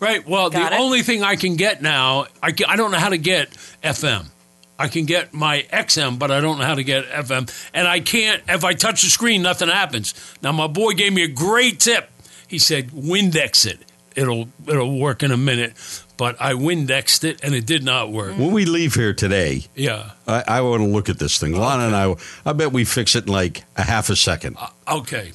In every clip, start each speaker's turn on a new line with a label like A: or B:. A: Right. Well,
B: Got
A: the
B: it?
A: only thing I can get now, I, ca- I don't know how to get FM. I can get my XM, but I don't know how to get FM. And I can't, if I touch the screen, nothing happens. Now, my boy gave me a great tip. He said, Windex it. It'll, it'll work in a minute. But I Windexed it and it did not work.
C: When we leave here today,
A: Yeah.
C: I, I want to look at this thing. Lana and I, I bet we fix it in like a half a second.
A: Okay.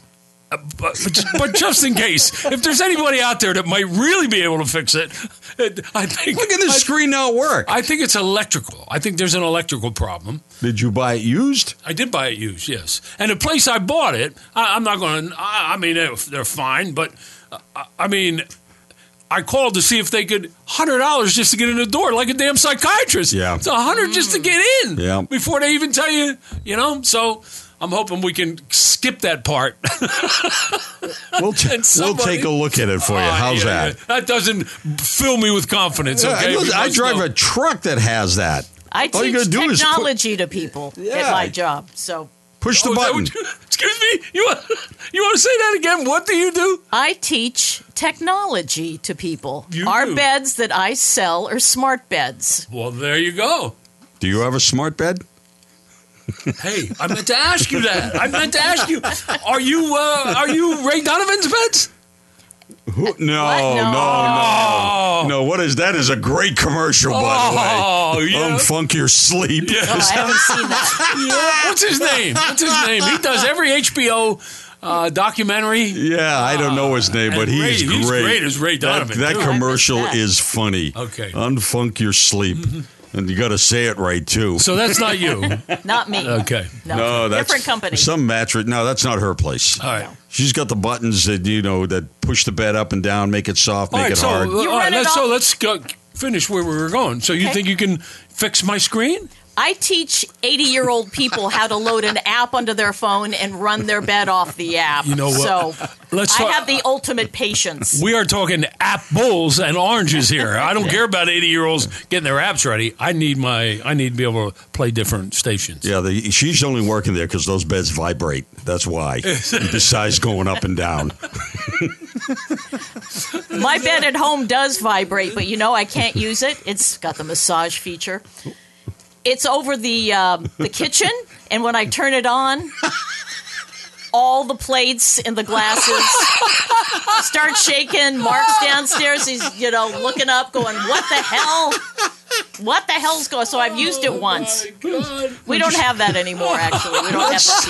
A: Uh, But, but, ju- but just in case, if there's anybody out there that might really be able to fix it, it I think
C: Look at this
A: I-
C: screen not work.
A: I think it's electrical. I think there's an electrical problem.
C: Did you buy it used?
A: I did buy it used, yes. And the place I bought it, I, I'm not going to. I I mean, they're, they're fine, but uh, I- I mean, I called to see if they could hundred dollars just to get in the door, like a damn psychiatrist.
C: Yeah.
A: it's a hundred just to get in.
C: Yeah.
A: before they even tell you, you know. So I'm hoping we can skip that part.
C: We'll, t- we'll
A: somebody-
C: take a look at it for you.
A: Uh,
C: How's
A: yeah,
C: that?
A: yeah. That doesn't fill me with confidence.
C: Yeah,
A: Okay,
C: I, I
A: Because,
C: drive
A: no.
C: a truck that has that.
B: I
C: All you
B: teach
C: gotta do is put-
B: technology to people
C: Yeah.
B: at my job. So
C: Push the
A: Oh, is that
C: button.
A: what you- excuse me. You want, you want to say that again? What do you do?
B: I teach technology to people.
A: You
B: Our
A: do.
B: beds that I sell are smart beds.
A: Well, there you go.
C: Do you have a smart bed?
A: Hey, I meant to ask you that. I meant to ask you, are you uh, are you Ray Donovan's pets?
C: Who- no, no,
B: No.
C: no, no, What is that? Is a great commercial, by
A: Oh,
C: the way.
A: yeah.
C: Unfunk your sleep.
B: Oh, I haven't seen that.
A: Yeah. What's his name? What's his name? He does every HBO uh, documentary.
C: Yeah, I don't know his name, but
A: and Ray-
C: Ah, he's great.
A: he's great as Ray
C: That-
A: Donovan,
C: That, Uh,
A: too.
C: commercial
B: I missed that.
C: is funny.
A: Okay.
C: Unfunk your sleep. And you got to say it right, too.
A: So that's not you.
B: Not me.
A: Okay.
B: No,
C: no, that's
B: different company.
C: Some mattress. No, that's not her place.
A: All right.
C: She's got the buttons that you know that push the bed up and down, make it soft,
A: All
C: make
A: right.
C: it
A: So, uh,
C: hard.
A: all right,
B: run it
A: let's, so
B: off-
A: let's go, finish where we were going. So you
B: Okay.
A: think you can fix my screen?
B: I teach 80 year old people how to load an app onto their phone and run their bed off the app.
A: You know what?
B: So
A: Let's
B: I
A: talk-
B: have the ultimate patience.
A: We are talking apples and oranges here. I don't care about eighty year olds getting their apps ready. I need my I need to be able to play different stations.
C: Yeah, the, she's only working there because those beds vibrate. That's why. Besides going up and down.
B: My bed at home does vibrate, but you know I can't use it. It's got the massage feature. It's over the um, the kitchen, and when I turn it on, all the plates and the glasses start shaking. Mark's downstairs. He's you know looking up, going, "What the hell? What the hell's going?" So I've used it once. We don't have that anymore. Actually, we don't have that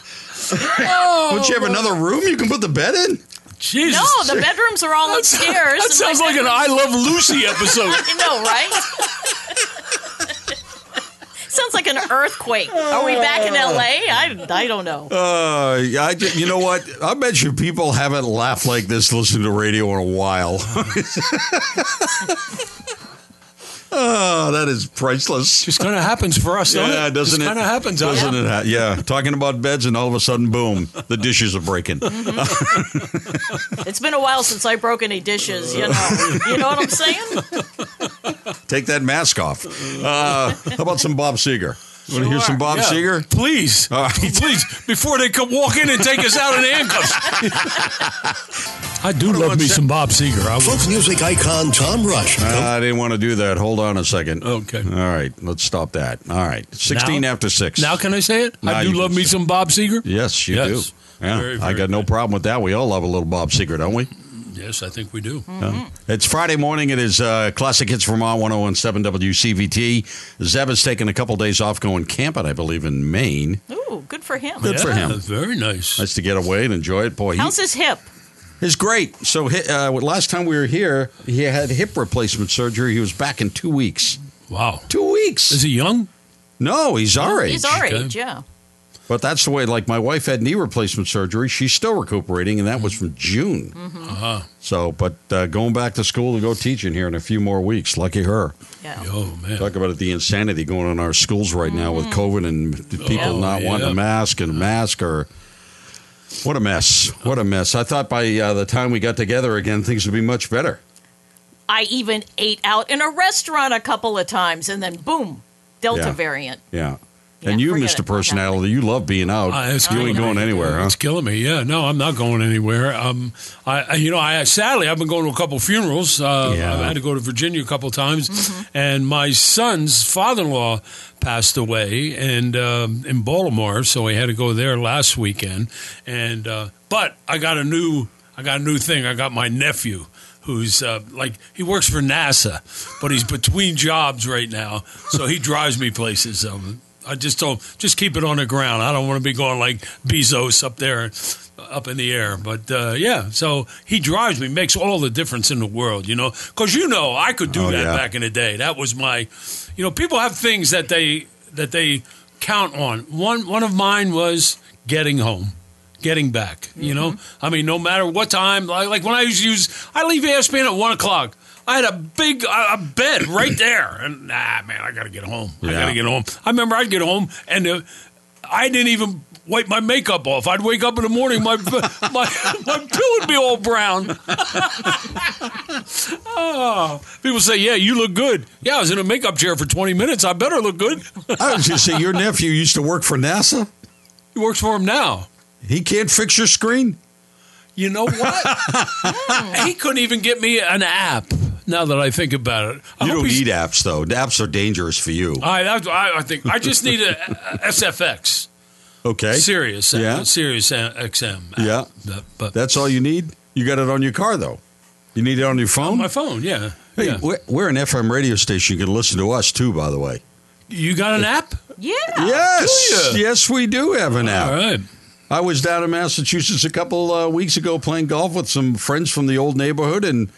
B: feature.
C: Don't you have another room you can put the bed in?
A: Jesus.
B: No, the bedrooms are all upstairs.
A: That
B: and my
A: sounds like an I Love Lucy episode.
B: You know, right? Sounds like an earthquake. Are we back in LA? I, I don't know.
C: Uh, yeah, I, you know what? I bet you people haven't laughed like this listening to radio in a while. oh, that is priceless.
A: Just kind of happens for us, don't
C: Yeah,
A: it?
C: doesn't it?
A: Kind of happens,
C: doesn't
A: huh?
C: it? ha- Yeah, talking about beds, and all of a sudden, boom, the dishes are breaking.
B: It's been a while since I broke any dishes, you know. You know what I'm saying?
C: Take that mask off. Uh, how about some Bob Seger? Want to hear some Bob
A: Yeah.
C: Seger? Uh,
A: Please,
C: All right.
A: please, before they come walk in and take us out in handcuffs. I do love me some Bob Seger. I will.
D: Folk music icon Tom Rush.
C: Uh, I didn't want to do that. Hold on a second.
A: Okay.
C: All right, let's stop that. All right, sixteen
A: Now-
C: after six.
A: Now can I say it?
C: Now
A: I do
C: you
A: love
C: can
A: me
C: say
A: some Bob Seger.
C: Yes, you
A: Yes.
C: do. Yeah,
A: Very,
C: I
A: very
C: got no problem with that. We all love a little Bob Seger, don't we?
A: Yes, I think we do.
C: It's Friday morning. It is uh, Classic Hits Vermont 1017 WCVT. Zeb is taking a couple days off going camping, I believe, in Maine.
B: Ooh, good for him.
C: Good for
A: Yeah,
C: him.
A: Very nice.
C: Nice to get away and enjoy it. Boy, he
B: How's his hip?
C: is great. So hi- uh, last time we were here, he had hip replacement surgery. He was back in two weeks.
A: Wow.
C: Two weeks.
A: Is he young?
C: no, he's our age.
B: He's our
A: okay.
B: age, yeah.
C: But that's the way, like, my wife had knee replacement surgery. She's still recuperating, and that was from June.
A: Uh-huh.
C: So, but uh, going back to school to go teaching here in a few more weeks. Lucky her.
B: Yeah.
A: Oh man.
C: Talk about it, the insanity going on in our schools right now with COVID and people
B: Oh,
C: not wanting a
A: yeah.
C: mask and a mask or. What a mess. What a mess. I thought by uh, the time we got together again, things would be much better.
B: I even ate out in a restaurant a couple of times and then boom, Delta
C: Yeah.
B: variant.
C: Yeah. and you,
B: forget it.
C: Mr. Personality, you love being out.
A: Uh, it's
C: you ain't
A: killing
C: going
A: me.
C: anywhere, huh?
A: It's killing me. Yeah, no, I'm not going anywhere. Um, I, I- you know, I sadly I've been going to a couple funerals. Uh,
C: Yeah.
A: I've had to go to Virginia a couple times, and my son's father-in-law passed away, and um, in Baltimore, so I had to go there last weekend. And uh, but I got a new, I got a new thing. I got my nephew. Who's uh, like he works for NASA, but he's between jobs right now, so he drives me places. Um, I just told him, just keep it on the ground. I don't want to be going like Bezos up there, up in the air. But uh, yeah, so he drives me, makes all the difference in the world, you know. Because you know, I could do
C: Oh,
A: that
C: yeah.
A: back in the day. That was my, you know, people have things that they that they count on. One one of mine was getting home. Getting back, you know. I mean, no matter what time, like, like when I used to use, I leave ESPN at one o'clock. I had a big uh, a bed right there, and nah, man, I gotta get home. I
C: Yeah.
A: gotta get home. I remember I'd get home, and uh, I didn't even wipe my makeup off. I'd wake up in the morning, my my my pill would be all brown. oh, people say, "Yeah, you look good." Yeah, I was in a makeup chair for twenty minutes. I better look good.
C: I was just saying, your nephew used to work for NASA.
A: He works for him now.
C: He can't fix your screen.
A: You know what? he couldn't even get me an app. Now that I think about it, I
C: You
A: hope
C: don't
A: he's- Uh,
C: need apps, though. The apps are dangerous for you.
A: I, that's what I, I think I just need a, a SFX.
C: Okay,
A: Serious,
C: Yeah.
A: yeah. Serious XM.
C: Yeah.
A: but, but
C: that's all you need. You got it on your car, though. You need it on your phone.
A: my phone. Yeah,
C: hey,
A: yeah.
C: we're, we're an FM radio station. You can listen to us too, by the way.
A: You got an app?
B: Yeah.
C: yes,
A: Ah, do ya?
C: yes, we do have an app.
A: All right.
C: I was down in Massachusetts a couple uh, weeks ago playing golf with some friends from the old neighborhood and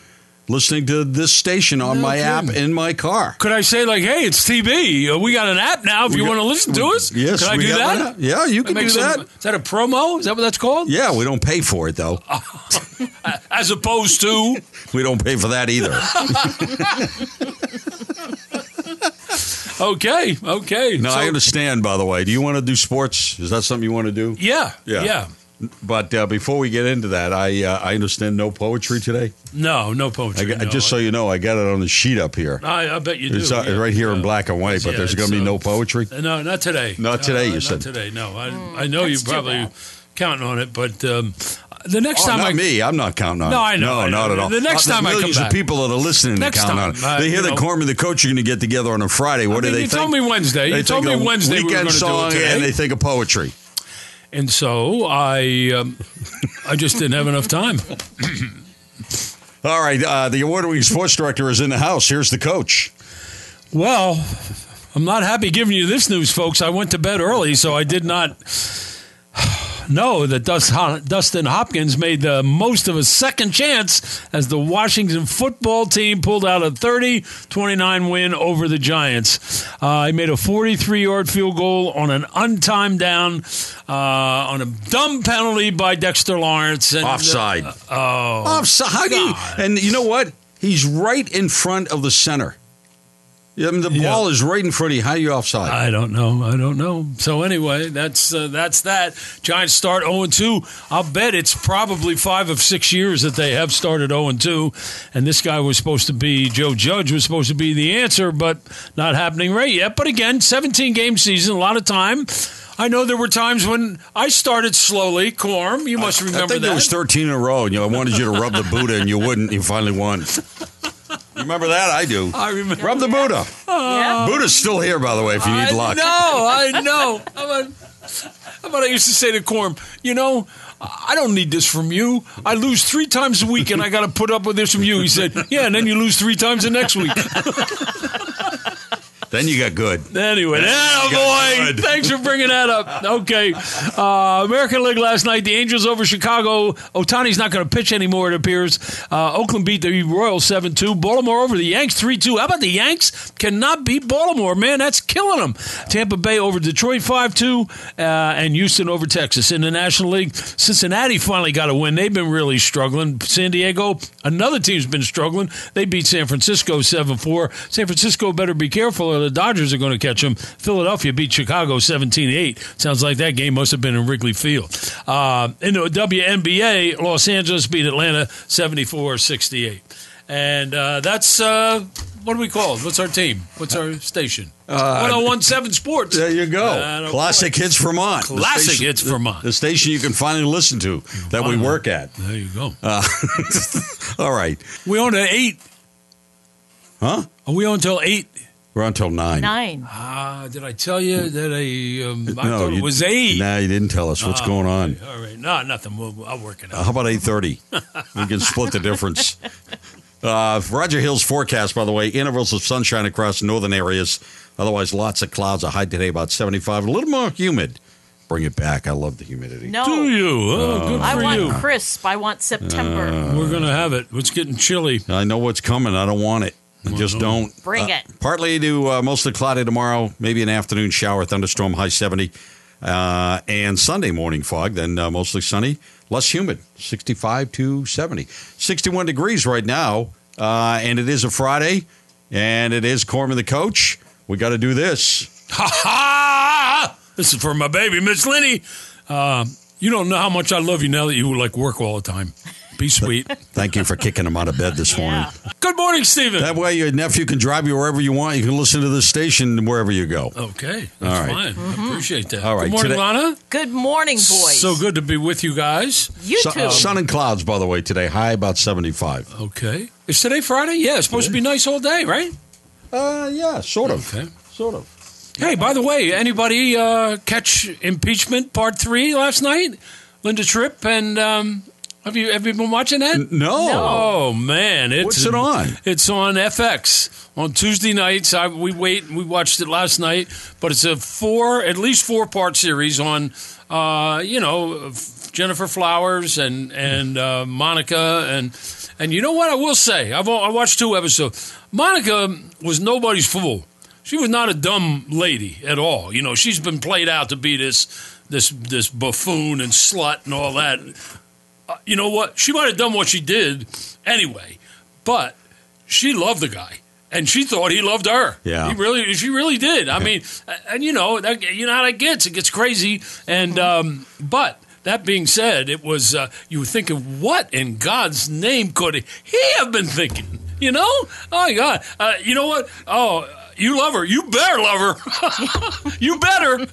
C: listening to this station on my app in my car.
A: Could I say like, "Hey, it's TB. uh, We got an app now. If
C: We
A: you
C: got-
A: want to listen to us,
C: Yes,
A: can I
C: we
A: do
C: got
A: that?
C: one app. Yeah, you can
A: Make
C: do
A: some-
C: that.
A: Is that a promo? Is that what that's called?
C: Yeah, we don't pay for it though.
A: Oh. As opposed to,
C: We don't pay for that either.
A: okay, okay.
C: No,
A: So-
C: I understand. By the way, do you want to do sports? Is that something you want to do?
A: Yeah,
C: Yeah.
A: yeah,
C: But uh, before we get into that, I uh, I understand no poetry today.
A: No, no poetry.
C: I got,
A: no.
C: just so you know, I got it on the sheet up here.
A: I, I bet you do.
C: It's uh,
A: yeah.
C: right here in
A: Yeah.
C: black and white,
A: It's-
C: but
A: yeah,
C: there's
A: it's,
C: going to be
A: uh,
C: no poetry.
A: No, not today.
C: Not today, you
A: not
C: said.
A: today. No, I, I know you
B: Mm, that's too
A: probably
B: bad.
A: counting on it, but um, the next
C: Oh,
A: time
C: not
A: I
C: me. I'm not counting on
A: No, I
C: it.
A: know, I know.
C: No, not at all.
A: The next
C: Uh,
A: time I come
C: millions of
A: back.
C: people that are listening
A: Next
C: to count
A: time,
C: on it.
A: uh,
C: they hear
A: you
C: that
A: know.
C: Corm and the coach are going to get together on a Friday. What
A: I mean,
C: do they
A: you
C: think?
A: told me Wednesday.
C: They
A: You told
C: think
A: me
C: of
A: Wednesday we were
C: Weekend
A: gonna do it
C: song
A: today.
C: and they think of poetry.
A: And so I, um, I just didn't have enough time.
C: All right, uh, the award-winning sports director is in the house. Here's the coach.
A: Well, I'm not happy giving you this news, folks. I went to bed early, so I did not know that Dust- Dustin Hopkins made the most of a second chance as the Washington football team pulled out a 30 29 win over the Giants. Uh, he made a 43 yard field goal on an untimed down uh, on a dumb penalty by Dexter Lawrence. And, uh,
C: Offside. oh, offside. How do you- and you know what? He's right in front of the center. I mean, the
A: Yeah.
C: ball is right in front of you. How are you offside?
A: I don't know. I don't know. So anyway, that's uh, that's that. Giants start 0 2. I'll bet it's probably five of six years that they have started 0 2. And this guy was supposed to be Joe Judge was supposed to be the answer, but not happening right yet. But again, 17 game season, a lot of time. I know there were times when I started slowly. Corm, you must remember
C: I think
A: that.
C: it was 13 in a row. And, you know, I wanted you to rub the Buddha, and you wouldn't. You finally won. You remember that? I do.
A: I remember.
C: Rub the Buddha.
B: Yeah.
C: Buddha's still here, by the way, if you
A: I
C: need luck.
A: know, I know. How about, how about I used to say to Corm, you know, I don't need this from you. I lose three times a week and I got to put up with this from you. He said, yeah, and then you lose three times the next week.
C: Then you got good.
A: Anyway, oh boy,
C: good.
A: thanks for bringing that up. Okay, uh, American League last night, the Angels over Chicago. Otani's not going to pitch anymore, it appears. Uh, Oakland beat the Royals seven two. Baltimore over the Yanks three two. How about the Yanks cannot beat Baltimore? Man, that's killing them. Tampa Bay over Detroit five two, uh, and Houston over Texas in the National League. Cincinnati finally got a win. They've been really struggling. San Diego, another team's been struggling. They beat San Francisco 7 4. San Francisco better be careful or the Dodgers are going to catch them. Philadelphia beat Chicago 17 8. Sounds like that game must have been in Wrigley Field. Uh, in the WNBA, Los Angeles beat Atlanta 74 68. And uh, that's uh, what do we call it? What's our team? What's our station? Uh, 1017 Sports.
C: There you go.
A: Uh,
C: Classic Hits Vermont. The
A: Classic
C: station-
A: Hits Vermont.
C: The station you can finally listen to that we
A: Wow.
C: work at.
A: There you go.
C: Uh, All right.
A: we own at 8.
C: Huh?
A: Are we on until 8?
C: We're on till 9.
B: Nine.
A: Uh, did I tell you that I, um, I
C: No,
A: thought
C: you-
A: it was Oh. 8?
C: Nah, you didn't tell us what's going on.
A: All right. No, nothing. We'll, I'll work it out.
C: Uh, How about 8:30? we can split the difference. Uh, Roger Hill's forecast, by the way, intervals of sunshine across northern areas. Otherwise, lots of clouds. A high today about 75. A little more humid. Bring it back. I love the humidity.
A: Do
B: No.
A: you?
C: uh,
A: Oh, good
B: I
A: for
B: want
A: you.
B: crisp. I want September.
A: We're going to have it. It's getting chilly.
C: I know what's coming. I don't want it. I just don't.
B: Bring it.
C: Partly to uh, mostly cloudy tomorrow, maybe an afternoon shower, thunderstorm, high 70. Uh, and Sunday morning fog, then uh, mostly sunny, less humid, 65 to 70. 61 degrees right now, uh, and it is a Friday, and it is Corman the coach. We got to do this.
A: Ha ha! This is for my baby, Miss Lenny. Uh, you don't know how much I love you now that you like work all the time. Be sweet.
C: Thank you for kicking him out of bed this morning.
B: Yeah.
A: good morning, Stephen.
C: That way, your nephew can drive you wherever you want. You can listen to the station wherever you go.
A: okay, that's
C: All right.
A: fine. I appreciate that.
C: All right,
A: Good morning,
C: today-
A: Lana.
B: Good morning, Mm-hmm. boys.
A: So good to be with you guys.
B: You
C: Su-
B: too.
C: sun and clouds, by the way, today, high about 75.
A: Okay. Is today Friday? Yeah, it's supposed to be nice all day, right?
C: Uh, yeah, sort of.
A: Okay.
C: Sort of.
A: Hey, by the way, anybody uh, catch impeachment part three last night? Linda Tripp and um, have you have you been watching that?
C: No.
A: Oh man, it's
C: What's it on?
A: It's on FX on Tuesday nights. I, we wait. We watched it last night, but it's a four, at least four part series on, uh, you know, Jennifer Flowers and and uh, Monica and and you know what I will say. I've I watched two episodes. Monica was nobody's fool. She was not a dumb lady at all. You know, she's been played out to be this this this buffoon and slut and all that Uh, you know what? She might have done what she did anyway, but she loved the guy. And she thought he loved her.
C: Yeah.
A: he really, she really did. I mean, a- and you know, that, you know how that gets. It gets crazy. And um, but that being said, it was uh, you were thinking, what in God's name could he have been thinking? You know? Oh my God! Uh, you know what? Oh, you love her. You better love her. you better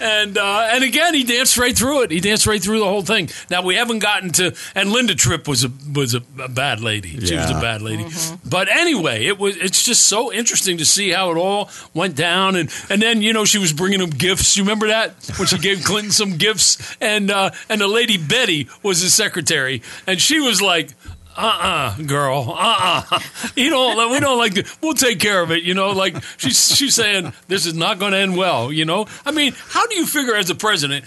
A: and uh, and again, he danced right through it. He danced right through the whole thing. Now we haven't gotten to. And Linda Tripp was a was a, a bad lady. She was
C: Yeah.
A: a bad lady. But anyway, it was. It's just so interesting to see how it all went down. And and then you know she was bringing him gifts. You remember that when she gave Clinton some gifts, and uh, and the lady Betty was his secretary, and she was like. Uh uh girl. Uh uh You don't. We don't like. To, we'll take care of it. You know, like she's she's saying this is not going to end well. You know, I mean, how do you figure as a president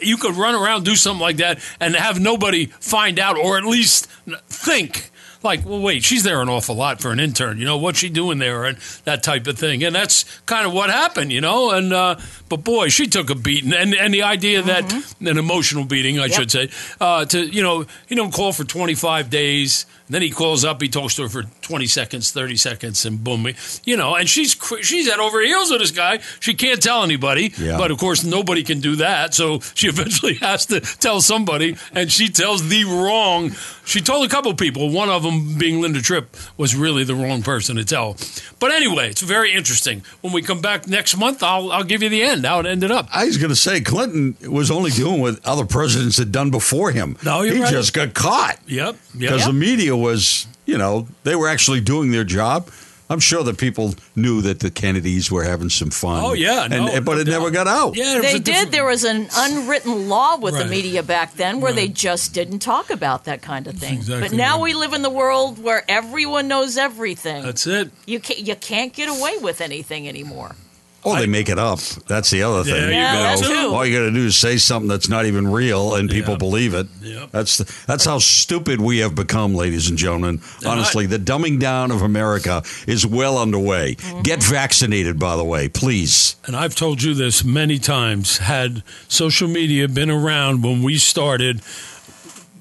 A: you could run around do something like that and have nobody find out or at least think like, well, wait, she's there an awful lot for an intern. You know what's she doing there and that type of thing. And that's kind of what happened. You know, and uh, but boy, she took a beating, and and the idea that an emotional beating, I should say, uh, to you know, he don't call for twenty five days. Then he calls up, he talks to her for twenty seconds, thirty seconds, and boom, you know. And she's cr- she's at over heels with this guy. She can't tell anybody,
C: Yeah.
A: but of course nobody can do that. So she eventually has to tell somebody, and she tells the wrong. She told a couple people. One of them being Linda Tripp was really the wrong person to tell. But anyway, it's very interesting. When we come back next month, I'll I'll give you the end how it ended up.
C: I was going to say Clinton was only doing what other presidents had done before him.
A: No, you're
C: he
A: right.
C: just got caught
A: Yep.
C: because
A: Yep.
C: the media was, you know, they were actually doing their job. I'm sure that people knew that the Kennedys were having some fun.
A: Oh, yeah,
C: and,
A: no,
C: but
A: no
C: it never got out.
A: Yeah, it was a
B: they
A: different-
B: did. There was an unwritten law with
A: Right.
B: the media back then where they
A: Right.
B: just didn't talk about that kind of thing.
A: exactly
B: but now
A: right.
B: we live in the world where everyone knows everything.
A: That's it.
B: you can't, you can't get away with anything anymore.
C: Oh, they make it up. That's the other
A: There
C: thing.
A: you
B: Yeah, go.
C: know,
B: that's true.
C: all you got to do is say something that's not even real, and people
A: Yeah.
C: believe it.
A: Yep.
C: That's that's how stupid we have become, ladies and gentlemen. Honestly, the dumbing down of America is well underway.
A: Mm-hmm.
C: Get vaccinated, by the way, please.
A: and I've told you this many times, had social media been around when we started,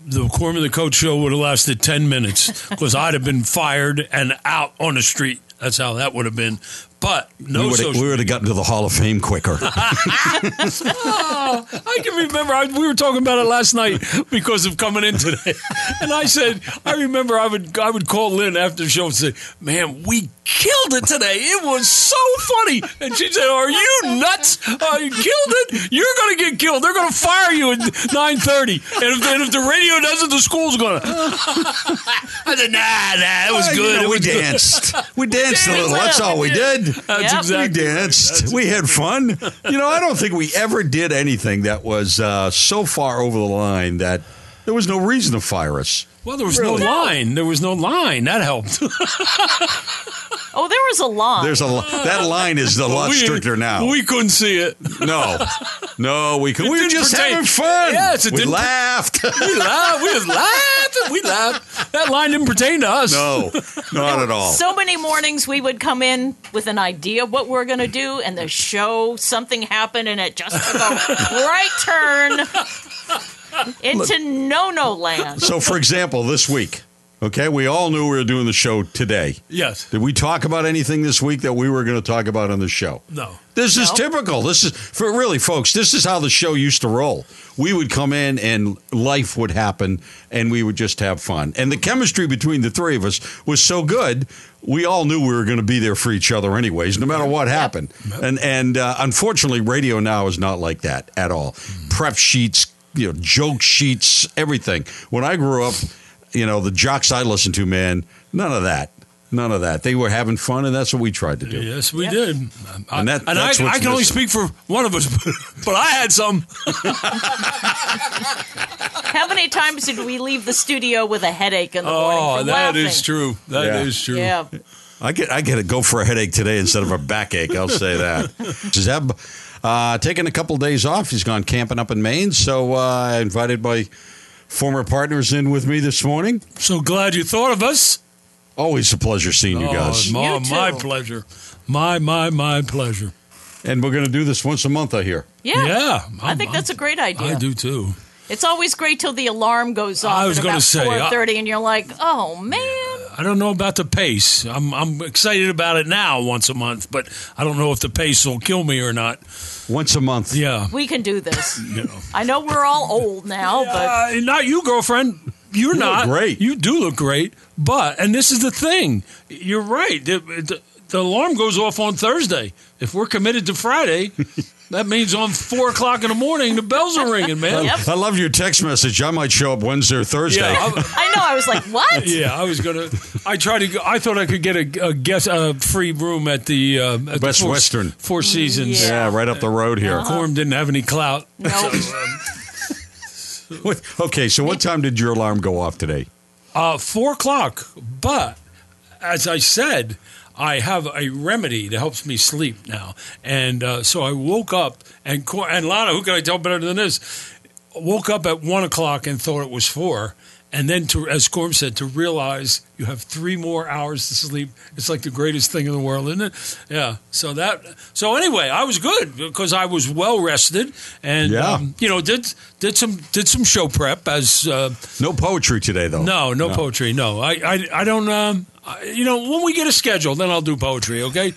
A: the Corman the Coach show would have lasted 10 minutes because I'd have been fired and out on the street. That's how that would have been. But
C: we
A: no
C: would
A: social.
C: we would have gotten to the Hall of Fame quicker.
A: I can remember I, we were talking about it last night because of coming in today, and I said I remember I would I would call Lynn after the show and say, "Man, we killed it today. It was so funny." And she said, "Are you nuts? Uh, you killed it. You're going to get killed. They're going to fire you at 9:30. And if, and if the radio doesn't, the school's going to." I said, "Nah, nah, it was
C: You
A: good.
C: know,
A: It
C: we
A: was good."
C: danced. We danced a little.
B: Danced.
C: That's all we did.
A: That's
B: Yep.
C: We
A: exactly.
C: danced. We had fun. You know, I don't think we ever did anything that was uh, so far over the line that there was no reason to fire us.
A: Well, there was
C: Really?
A: no line. There was no line. That helped.
B: Oh, there was a line.
C: There's a li- that line is a lot
A: We-
C: stricter now.
A: We couldn't see it.
C: no, no, we could. We were
A: didn't
C: just
A: pertain-
C: having fun.
A: Yes, it
C: we
A: didn't per-
C: laughed.
A: We laughed. We was laughing. We laughed. That line didn't pertain to us.
C: no, not at all.
B: so many mornings we would come in with an idea of what we're going to do, and the show, something happened, and it just took a right turn into no no land.
C: So, for example, this week, okay, we all knew we were doing the show today.
A: Yes.
C: Did we talk about anything this week that we were going to talk about on the show?
A: No.
C: This is
B: No.
C: typical. This is for really, folks. This is how the show used to roll. We would come in and life would happen, and we would just have fun. And the chemistry between the three of us was so good. We all knew we were going to be there for each other, anyways, no matter what happened. And and uh, unfortunately, radio now is not like that at all. Prep sheets, you know, joke sheets, everything. When I grew up, you know, the jocks I listened to, man, none of that. None of that. They were having fun, and that's what we tried to do.
A: Yes, we did. I-
C: And that-
A: I,
C: that's what's
A: I can only
C: missing.
A: speak for one of us, but I had some.
B: How many times did we leave the studio with a headache in the morning?
A: Oh,
B: from
A: that
B: laughing?
A: is true. That is
C: Yeah.
A: true.
B: Yeah.
C: I get I get a go for a headache today instead of a backache. I'll say that. Zeb uh, taking a couple days off. He's gone camping up in Maine, so uh, I invited my former partners in with me this morning.
A: So glad you thought of us.
C: Always a pleasure seeing you guys.
A: Oh, ma-
B: You
A: my
B: too.
A: pleasure. My, my, my pleasure.
C: And we're going to do this once a month, I hear.
B: Yeah. I
A: I'm-
B: think that's a great
A: I
B: idea.
A: do too.
B: It's always great till the alarm goes off.
A: I was
B: at
A: gonna
B: about
A: say, I-
B: 4:30, and you're like, "Oh man,
A: I don't know about the pace. I'm I'm excited about it now once a month, but I don't know if the pace will kill me or not.
C: Once a month.
A: Yeah.
B: we can do this." I know we're all old now, but
A: Uh, not you, girlfriend. You're not
C: great.
A: You do look great, but and this is the thing. You're right. The, the, the alarm goes off on Thursday. If we're committed to Friday, that means on four o'clock in the morning the bells are ringing, man.
B: Yep.
C: I love your text message. I might show up Wednesday or Thursday.
A: Yeah, I,
B: I know I was like, "What?"
A: yeah. I was gonna. I tried to. go- I thought I could get a, a guest a free room at the uh, at
C: Best
A: the Four-
C: Western.
A: Four Seasons.
B: Yeah.
C: Yeah, right up the road here.
A: Quorum didn't have any clout.
B: No,
C: What- Okay, so what time did your alarm go off today?
A: Uh, four o'clock. But as I said, I have a remedy that helps me sleep now, and uh, so I woke up and co- and Lana, who can I tell better than this? Woke up at one o'clock and thought it was four. And then, to, as Corm said, to realize you have three more hours to sleep, it's like the greatest thing in the world, isn't it? Yeah. So that. So anyway, I was good because I was well rested, and
C: Yeah.
A: um, you know did did some did some show prep as uh,
C: No poetry today, though.
A: no, no, poetry. No, I, I, I don't. Um, I, you know, when we get a schedule, then I'll do poetry. Okay.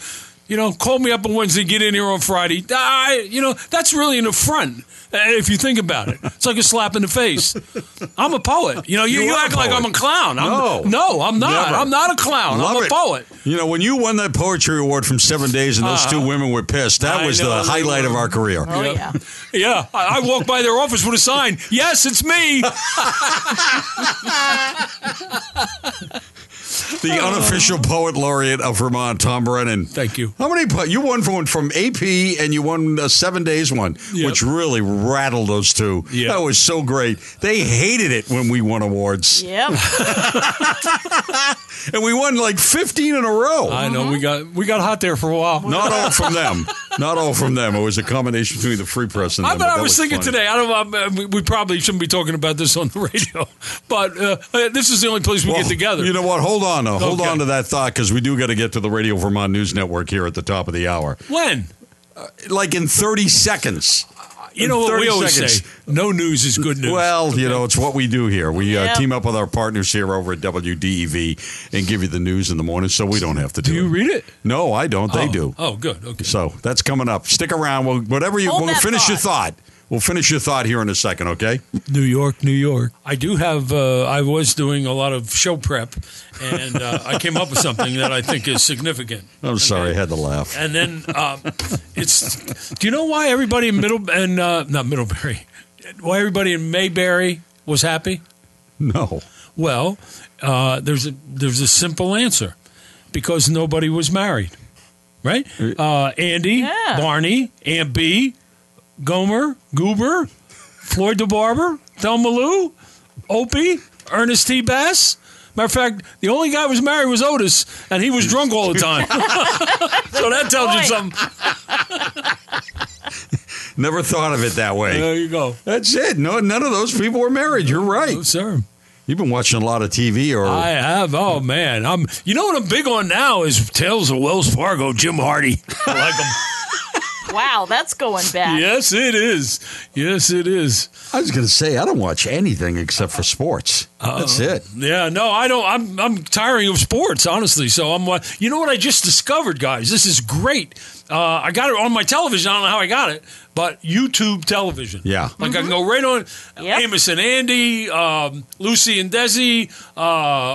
A: You know, call me up on Wednesday. Get in here on Friday. I, you know, that's really an affront uh, if you think about it. It's like a slap in the face. I'm a poet. You know, you,
C: You
A: you
C: are a
A: act like
C: poet.
A: I'm a clown. I'm,
C: No.
A: no, I'm not.
C: Never.
A: I'm not a clown.
C: Love
A: I'm a
C: it.
A: poet.
C: You know, when you won that poetry award from Seven Days and those two women were pissed, that
A: Uh-huh. I
C: was
A: know
C: the
A: they
C: highlight of
A: were.
C: our career.
B: oh yeah.
A: Yeah, I, I walked by their office with a sign. Yes, it's me.
C: The unofficial poet laureate of Vermont, Tom Brennan.
A: Thank you.
C: How many? Po- you won one from AP and you won a Seven Days one,
A: Yep.
C: which really rattled those two.
A: Yeah.
C: That was so great. They hated it when we won awards,
B: Yep.
C: and we won like fifteen in a row.
A: I know we got we got hot there for a while.
C: Not all from them. Not all from them. It was a combination between the Free Press and
A: I,
C: them.
A: but
C: but
A: I
C: that
A: was thinking
C: funny.
A: today. I don't. I, we we probably shouldn't be talking about this on the radio, but uh, uh, this is the only place we
C: Well,
A: get together.
C: Oh, You know what? Hold on, though. Hold
A: Okay.
C: on to that thought because we do got to get to the Radio Vermont News Network here at the top of the hour.
A: when?
C: Like in 30 seconds.
A: You know what
C: 30
A: we always
C: seconds.
A: say? No news is good news.
C: Well, you know, it's what we do here. We uh,
B: Yeah.
C: team up with our partners here over at WDEV and give you the news in the morning so we don't have to do,
A: do you
C: it.
A: read it?
C: no, I don't. They
A: Oh,
C: do.
A: Oh, good. Okay.
C: So that's coming up. Stick around. We'll, whatever you,
B: Hold
C: we'll
B: that
C: finish your
B: thought.
C: thought. We'll finish your thought here in a second, okay?
A: New York, New York. I do have. Uh, I was doing a lot of show prep, and uh, I came up with something that I think is significant.
C: I'm sorry, I had to laugh.
A: And then um, it's. Do you know why everybody in Middle and uh, not Middlebury? Why everybody in Mayberry was happy?
C: No.
A: Well, uh, there's a there's a simple answer, because nobody was married, right? Uh, Andy,
B: Yeah.
A: Barney, Aunt B, Gomer, Goober, Floyd the Barber, Thelma Lou, Opie, Ernest T. Bass. Matter of fact, the only guy who was married was Otis, and he was drunk all the time. so that tells you
B: Boy.
A: something.
C: Never thought of it that way.
A: There you go.
C: That's it. No, none of those people were married. You're right.
A: Oh, sir.
C: You've been watching a lot of TV or
A: I have. Oh man, I'm. You know what I'm big on now is tales of Wells Fargo, Jim Hardy. I like 'em.
B: Wow, that's going back.
A: Yes, it is. Yes, it is.
C: I was going to say I don't watch anything except for sports. That's it.
A: Yeah, no, I don't. I'm I'm tiring of sports, honestly. So I'm. wa- You know what I just discovered, guys? This is great. Uh, I got it on my television. I don't know how I got it, but YouTube television.
C: Yeah.
A: like I can go right on
B: Yep.
A: Amos and Andy, um, Lucy and Desi, uh,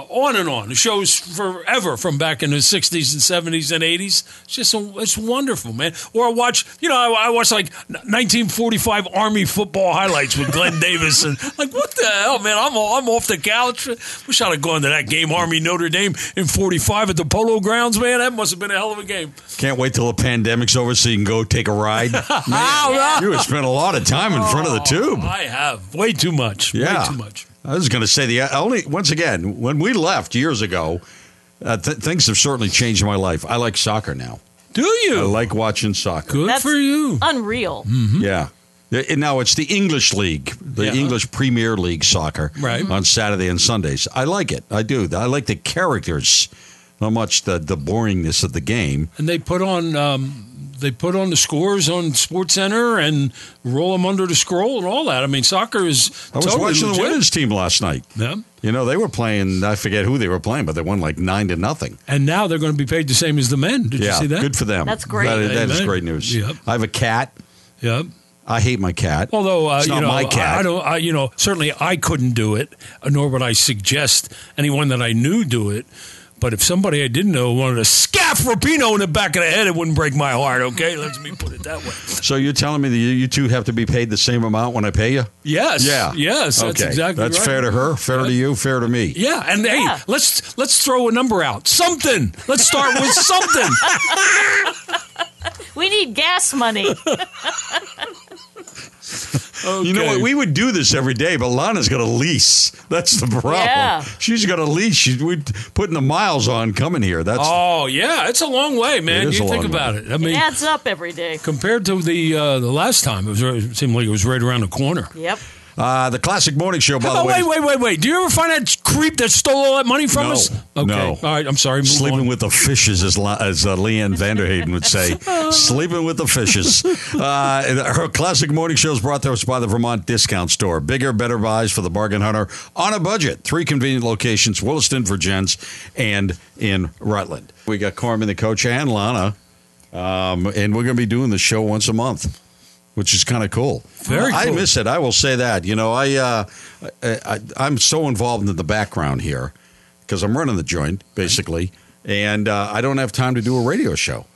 A: on and on. The shows forever from back in the '60s and '70s and '80s. It's just a, it's wonderful, man. Or I watch, you know, I, I watch like 1945 Army football highlights with Glenn Davis, and like what the hell, man? I'm all, I'm off the couch. Wish I'd have gone to that game, Army Notre Dame in '45 at the Polo Grounds, man. That must have been a hell of a game.
C: Can't wait till the pandemic's over so you can go take a ride. Man, you have spent a lot of time in front of the tube.
A: I have way too much.
C: Yeah,
A: way too much.
C: I was going to say the uh, only once again when we left years ago, uh, th- things have certainly changed in my life. I like soccer now.
A: Do you?
C: I like watching soccer.
A: Good
B: That's
A: for you.
B: Unreal.
A: Hmm.
C: Yeah. And now it's the English League, the
A: Yeah.
C: English Premier League soccer
A: Right.
C: on Saturday and Sundays. I like it. I do. I like the characters, not much the, the boringness of the game.
A: and they put on um, they put on the scores on Sports Center and roll them under the scroll and all that. I mean, soccer is.
C: I was
A: totally
C: watching the
A: legit.
C: women's team last night.
A: Yeah.
C: You know, they were playing, I forget who they were playing, but they won like nine to nothing.
A: And now they're going to be paid the same as the men. Did you
C: yeah.
A: see that?
C: Good for them.
B: That's great.
C: That- that is
A: Amen.
C: great news.
A: Yep.
C: I have a cat.
A: yeah.
C: I hate my cat.
A: Although uh,
C: it's
A: you
C: not
A: know,
C: my
A: I-
C: cat.
A: I, don't. I, you know, certainly I couldn't do it, nor would I suggest anyone that I knew do it. But if somebody I didn't know wanted to scaff Rapino in the back of the head, it wouldn't break my heart. Okay, let me put it that way.
C: so you're telling me that you, you two have to be paid the same amount when I pay you?
A: Yes.
C: Yeah.
A: Yes. That's
C: okay.
A: exactly.
C: That's
A: right.
C: fair to her, fair to you, fair to me.
A: Yeah, and
B: Yeah.
A: hey, let's let's throw a number out. Something. Let's start with something.
B: We need gas money.
C: You know what? We would do this every day, but Lana's got a lease. That's the problem.
B: Yeah.
C: She's got a lease. She's we putting the miles on coming here. That's
A: oh yeah, it's a long way, man.
C: It is
A: you
C: a
A: think
C: long
A: about
C: way.
A: it. I mean,
B: It adds up every day.
A: compared to the uh, the last time, it was right- it seemed like it was right around the corner.
B: Yep.
C: uh, the classic morning show. By
A: Oh
C: the way,
A: wait, wait, wait, wait! Do you ever find that creep that stole all that money from
C: No.
A: us? Okay,
C: No.
A: all right. I'm sorry. Move
C: Sleeping
A: on.
C: with the fishes, as, La- as uh, Leanne Vanderhaden would say. Sleeping with the fishes. Uh, her classic morning show is brought to us by the Vermont Discount Store. Bigger, better buys for the bargain hunter on a budget. Three convenient locations Williston, Virgins, and in Rutland. We got Carmen, the coach, and Lana. Um, and we're going to be doing the show once a month. Which is kind of cool.
A: Very
C: I
A: cool.
C: miss it. I will say that. You know, I, uh, I, I I'm so involved in the background here because I'm running the joint basically, and uh, I don't have time to do a radio show.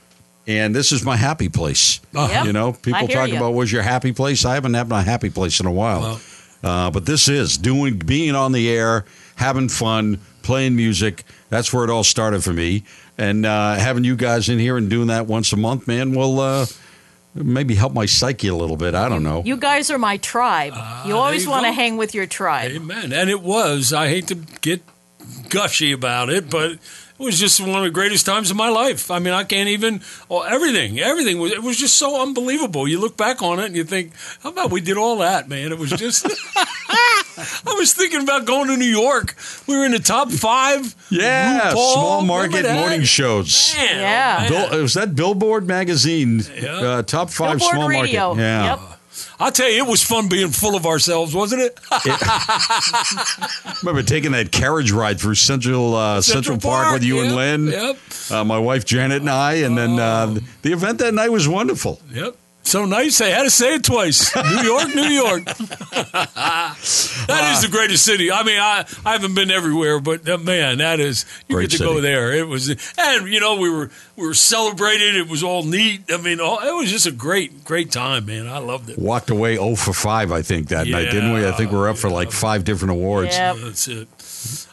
C: And this is my happy place.
A: Uh-huh.
B: Yep.
C: You know, people
B: I hear
C: talk
B: you.
C: about where's your happy place. I haven't had my happy place in a while, uh, but this is doing being on the air, having fun, playing music. That's where it all started for me. And uh, having you guys in here and doing that once a month, man, will uh, maybe help my psyche a little bit. I don't know.
B: You guys are my tribe. you always
A: Ah, you
B: want to
A: go.
B: hang with your tribe.
A: Amen. And it was. I hate to get gushy about it, but it was just one of the greatest times of my life. I mean, I can't even. Oh, everything, everything was. It was just so unbelievable. You look back on it and you think, how about we did all that, man? It was just. I was thinking about going to New York. We were in the top five.
C: yeah,
A: RuPaul,
C: small
A: remember
C: market
A: that?
C: morning shows.
A: Man, oh,
B: Yeah.
A: man.
C: Bill, it was that Billboard magazine
A: Yeah.
C: uh, top five
B: Billboard
C: small
B: Radio.
C: market. Yeah,
B: Yep.
A: I'll tell you, it was fun being full of ourselves, wasn't it?
C: Remember taking that carriage ride through Central uh, Central,
A: Central
C: Park,
A: Park,
C: with you and
A: yep,
C: Lynn,
A: yep.
C: uh, my wife Janet and I, and then uh,
A: Oh.
C: the event that night was wonderful.
A: yep. So nice. I had to say it twice. New York, New York.
C: Uh,
A: That is the greatest city. I mean, I, I haven't been everywhere, but uh, man, that is you
C: Great
A: get to
C: city.
A: go there. It was, and you know, we were we were celebrated. It was all neat. I mean, all, it was just a great great time, man. I loved it.
C: Walked away 0 for 5, I think, that night, didn't we? I think we are up for like five different awards.
B: Yeah. Yep.
A: That's it.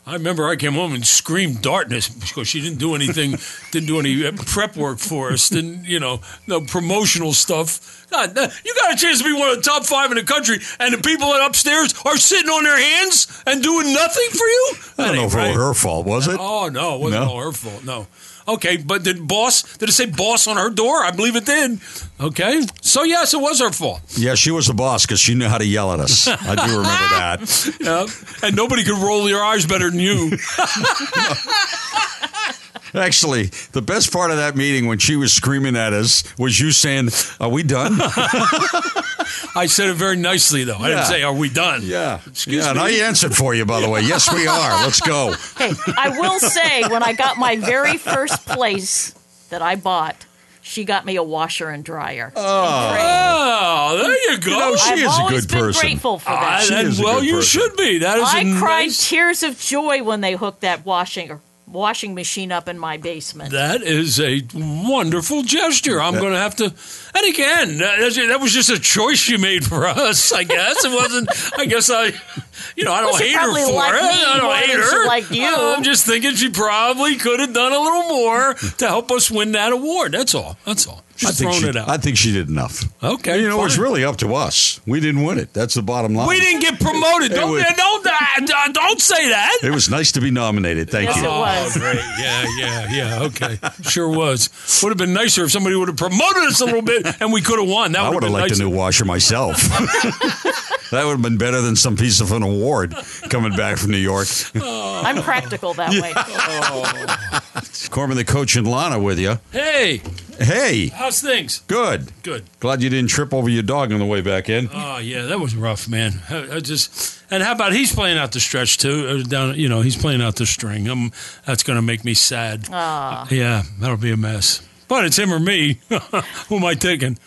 A: I remember I came home and screamed darkness because she didn't do anything, didn't do any uh, prep work for us, didn't you know, no promotional stuff. God, that- you got a chance to be one of the top five in the country, and the people at upstairs are sitting on their hands and doing nothing for you.
C: I don't know if it was her fault, was it?
A: Oh no, it wasn't
C: No.
A: all her fault. No. Okay, but did boss? Did it say boss on her door? I believe it did. Okay, so yes, it was her fault.
C: Yeah, she was the boss because she knew how to yell at us. I do remember that.
A: Yeah. and nobody could roll your eyes better than you.
C: Actually, the best part of that meeting when she was screaming at us was you saying, Are we done?
A: I said it very nicely, though. I didn't
C: Yeah.
A: say, "Are we done?"
C: Yeah.
A: Excuse
C: yeah, And I
A: me.
C: answered for you, by the way. Yes, we are. Let's go.
B: Hey, I will say, when I got my very first place that I bought, she got me a washer and dryer. Oh,
A: Oh, there you go.
C: know, she
B: I've
C: is a
B: always
C: good
B: been
C: person.
B: grateful for
A: Ah,
B: that.
C: she
A: then-
C: is a
A: well,
C: good
A: you
C: person.
A: should be. That is.
B: I
A: a
B: cried
A: nice-
B: tears of joy when they hooked that washing or washing machine up in my basement.
A: That is a wonderful gesture. I'm going to have to. And again, that that's- that was just a choice you made for us. I guess it wasn't. I guess I, you know, I don't
B: Well, she
A: hate her
B: probably
A: for
B: liked
A: it.
B: me
A: I don't
B: more
A: hate
B: than she
A: her. Oh,
B: liked you.
A: I'm just thinking she probably could have done a little more to help us win that award. That's all. That's all.
C: I
A: I've
C: think,
A: thrown
C: she,
A: it out.
C: I think she did enough.
A: Okay,
C: You know, it's
A: fine.
C: really up to us. We didn't win it. That's the bottom line.
A: we didn't get promoted.
C: It
A: Don't
C: was-
A: don't uh, don't say that.
C: It was nice to be nominated. Thank
B: Yes,
C: you.
B: it was.
A: Oh, Great. Yeah, yeah, yeah. Okay. Sure was. Would have been nicer if somebody would have promoted us a little bit and we could have won. That
C: I would have
A: been
C: liked
A: nicer.
C: a new washer myself. that would have been better than some piece of an award coming back from New York.
B: I'm practical that way.
C: Corman, the coach, and Lana with you.
A: Hey,
C: Hey,
A: how's things?
C: good.
A: Good.
C: Glad you didn't trip over your dog on the way back in.
A: Oh yeah, that was rough, man. I, I just and how about he's playing out the stretch too? uh, Down, you know, he's playing out the string. Um, that's going to make me sad. Yeah, that'll be a mess. But it's him or me. Who am I taking?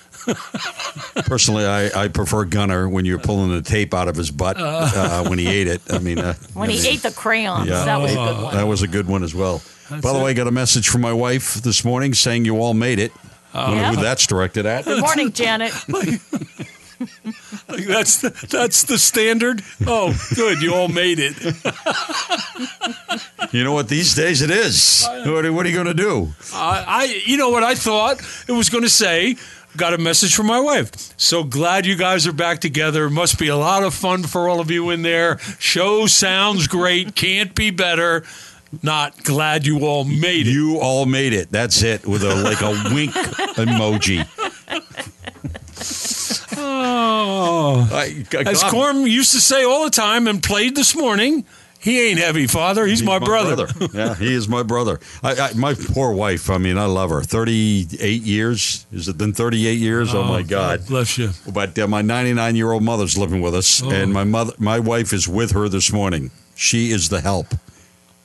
C: Personally, I, I prefer Gunner when you're pulling the tape out of his butt uh, when he ate it. I mean, uh,
B: When
C: I
B: he
C: mean,
B: ate the crayons,
C: Yeah.
B: that was a
A: Uh-huh.
B: good one.
C: That was a good one as well. By the way, I got a message from my wife this morning saying you all made it. Wonder
B: Yeah.
C: who that's directed at.
B: Good morning, Janet.
A: Like, that's the, that's the standard. Oh, good, you all made it.
C: You know what? These days it is. What are, what are you going to do?
A: I, I, you know what I thought it was going to say. Got a message from my wife. So glad you guys are back together. Must be a lot of fun for all of you in there. Show sounds great. Can't be better. Not glad you all made it.
C: You all made it. That's it. With a like a wink emoji.
A: Oh,
C: I,
A: as
C: God,
A: Corm used to say all the time and played this morning. He ain't heavy, father. He's,
C: he's
A: my, brother.
C: yeah, he is my brother. I, I, my poor wife. I mean, I love her. Thirty-eight years. Is it been thirty-eight years? Oh, my God.
A: Bless you.
C: But uh, my 99 year old mother's living with us, and my mother, my wife is with her this morning. She is the help.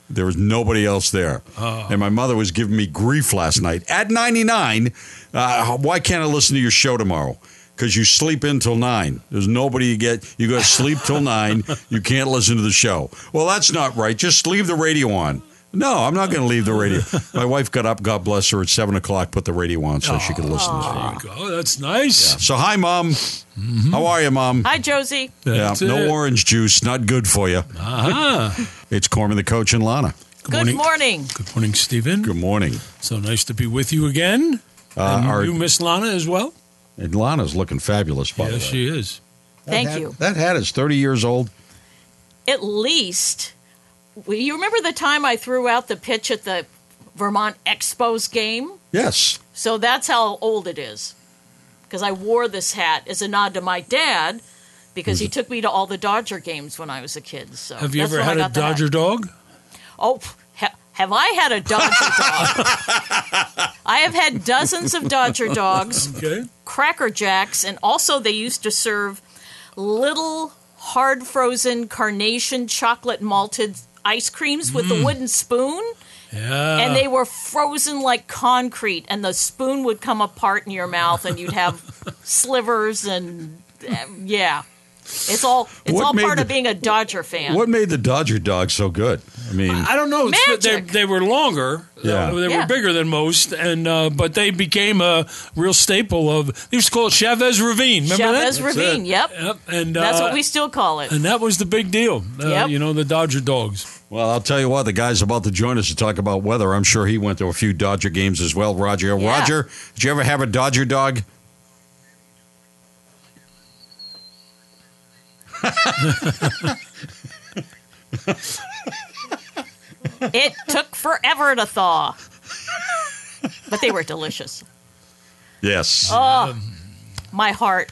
C: There was nobody else there, and my mother was giving me grief last night at 99. Uh, why can't I listen to your show tomorrow? Because you sleep in till nine. There's nobody you get. You go to sleep till nine. You can't listen to the show. Well, that's not right. Just leave the radio on. No, I'm not going to leave the radio. My wife got up, God bless her, at seven o'clock, put the radio on so she could listen to the show.
A: There you go. That's nice.
C: So, hi, mom. How are you, mom?
B: Hi, Josie.
A: Mm-hmm. That's
C: yeah, no
A: it.
C: orange juice, not good for you.
A: Uh-huh.
C: It's Corman the coach and Lana.
A: Good
B: Good
A: morning.
B: morning.
A: Good morning, Stephen.
C: Good morning.
A: So nice to be with you again.
C: Uh,
A: and
C: our-
A: you, Miss Lana, as well.
C: And Lana's looking fabulous, by
A: Yes,
C: the way.
A: she is.
C: That
B: Thank
C: hat-
B: you.
C: That hat is 30 years old.
B: At least, well, you remember the time I threw out the pitch at the Vermont Expos game?
C: Yes.
B: So that's how old it is. Because I wore this hat as a nod to my dad because he took me to all the Dodger games when I was a kid. So
A: Hmm. Have you
B: Oh, that's
A: ever
B: when I
A: had a
B: got the hat.
A: Dodger dog?
B: Oh, he- Have I had a Dodger dog? I have had dozens of Dodger dogs.
A: Okay.
B: Cracker Jacks, and also they used to serve little hard frozen carnation chocolate malted ice creams with
C: Mm.
B: a wooden spoon.
A: Yeah.
B: And
C: Uh.
B: they were frozen like concrete, and the spoon would come apart in your mouth, and you'd have slivers and uh, yeah, it's all it's
C: What
B: all
C: made
B: part
C: the-
B: of being a Dodger fan.
C: What made the Dodger dog so good? I mean,
A: I don't know. It's- They,
B: Magic.
A: they were longer.
C: Yeah.
A: Uh, they
B: Yeah.
A: were bigger than most, and uh, but they became a real staple of. They used to call it Chavez Ravine. Remember
B: Chavez
A: that?
B: Ravine, yep,
A: Yep. And
B: that's
A: uh,
B: what we still call it.
A: And that was the big deal. Uh,
B: Yep. Mm-hmm.
A: You know the Dodger dogs.
C: well, I'll tell you what, the guy's about to join us to talk about weather. I'm sure he went to a few Dodger games as well. Roger,
B: Yeah.
C: Roger, did you ever have a Dodger dog?
B: It took forever to thaw, but they were delicious.
C: Yes.
B: Oh, my heart.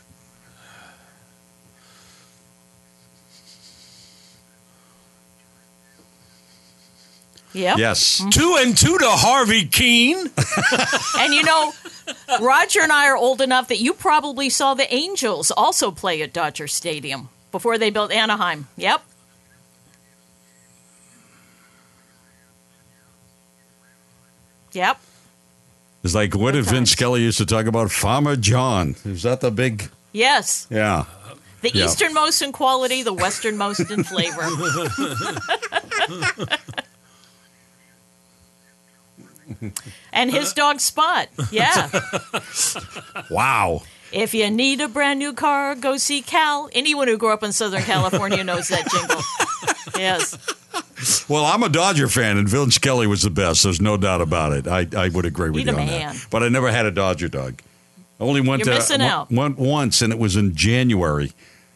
B: Yep.
C: Yes.
A: Two and two to Harvey Keene.
B: And you know, Roger and I are old enough that you probably saw the Angels also play at Dodger Stadium before they built Anaheim. Yep. Yep.
C: It's like what did Vin
B: times.
C: Skelly used to talk about? Farmer John. Is that the big?
B: Yes.
C: Yeah.
B: The
C: Yeah.
B: easternmost in quality, the westernmost in flavor. and
A: Uh.
B: his dog Spot. Yeah.
C: Wow.
B: If you need a brand new car, go see Cal. Anyone who grew up in Southern California knows that jingle. Yes.
C: Well, I'm a Dodger fan, and Vin Skelly was the best. There's no doubt about it. I, I would agree with
B: He's
C: you
B: the
C: on
B: man.
C: that. But I never had a Dodger dog. I only went
B: You're
C: to
B: missing
C: one-
B: out.
C: went once, and it was in January.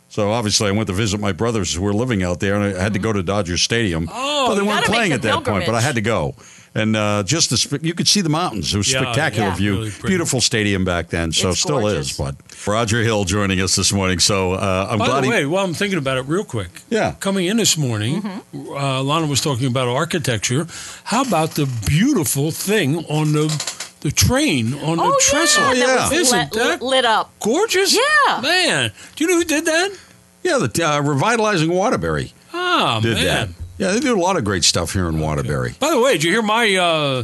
C: So obviously, I went to visit my brothers who were living out there, and I had to go to Dodger Stadium.
A: Oh,
C: but they
A: you
C: weren't
B: Mm-hmm. gotta make
C: playing
B: the
C: at that point. But I
B: pilgrimage.
C: had to go, and uh, just the sp- you could see the mountains. It was
A: Yeah,
C: spectacular
B: yeah.
C: view,
A: Really pretty.
C: beautiful stadium back then. So
B: It's
C: still
B: gorgeous.
C: is. But Roger Hill joining us this morning. So uh, I'm
A: By
C: glad
A: the
C: he-
A: way, while I'm thinking about it, real quick.
C: Yeah.
A: Coming in this morning, uh, Lana was talking about architecture. How about the beautiful thing on the the train on
B: Oh,
A: the trestle?
B: yeah.
C: yeah.
B: That was
A: Isn't
B: lit,
A: that
B: lit up.
A: gorgeous?
B: Yeah.
A: man. Do you know who did that?
C: yeah, the uh, revitalizing Waterbury.
A: Ah,
C: did
A: man.
C: that. Yeah, they do a lot of great stuff here in Waterbury.
A: By the way, did you hear my uh,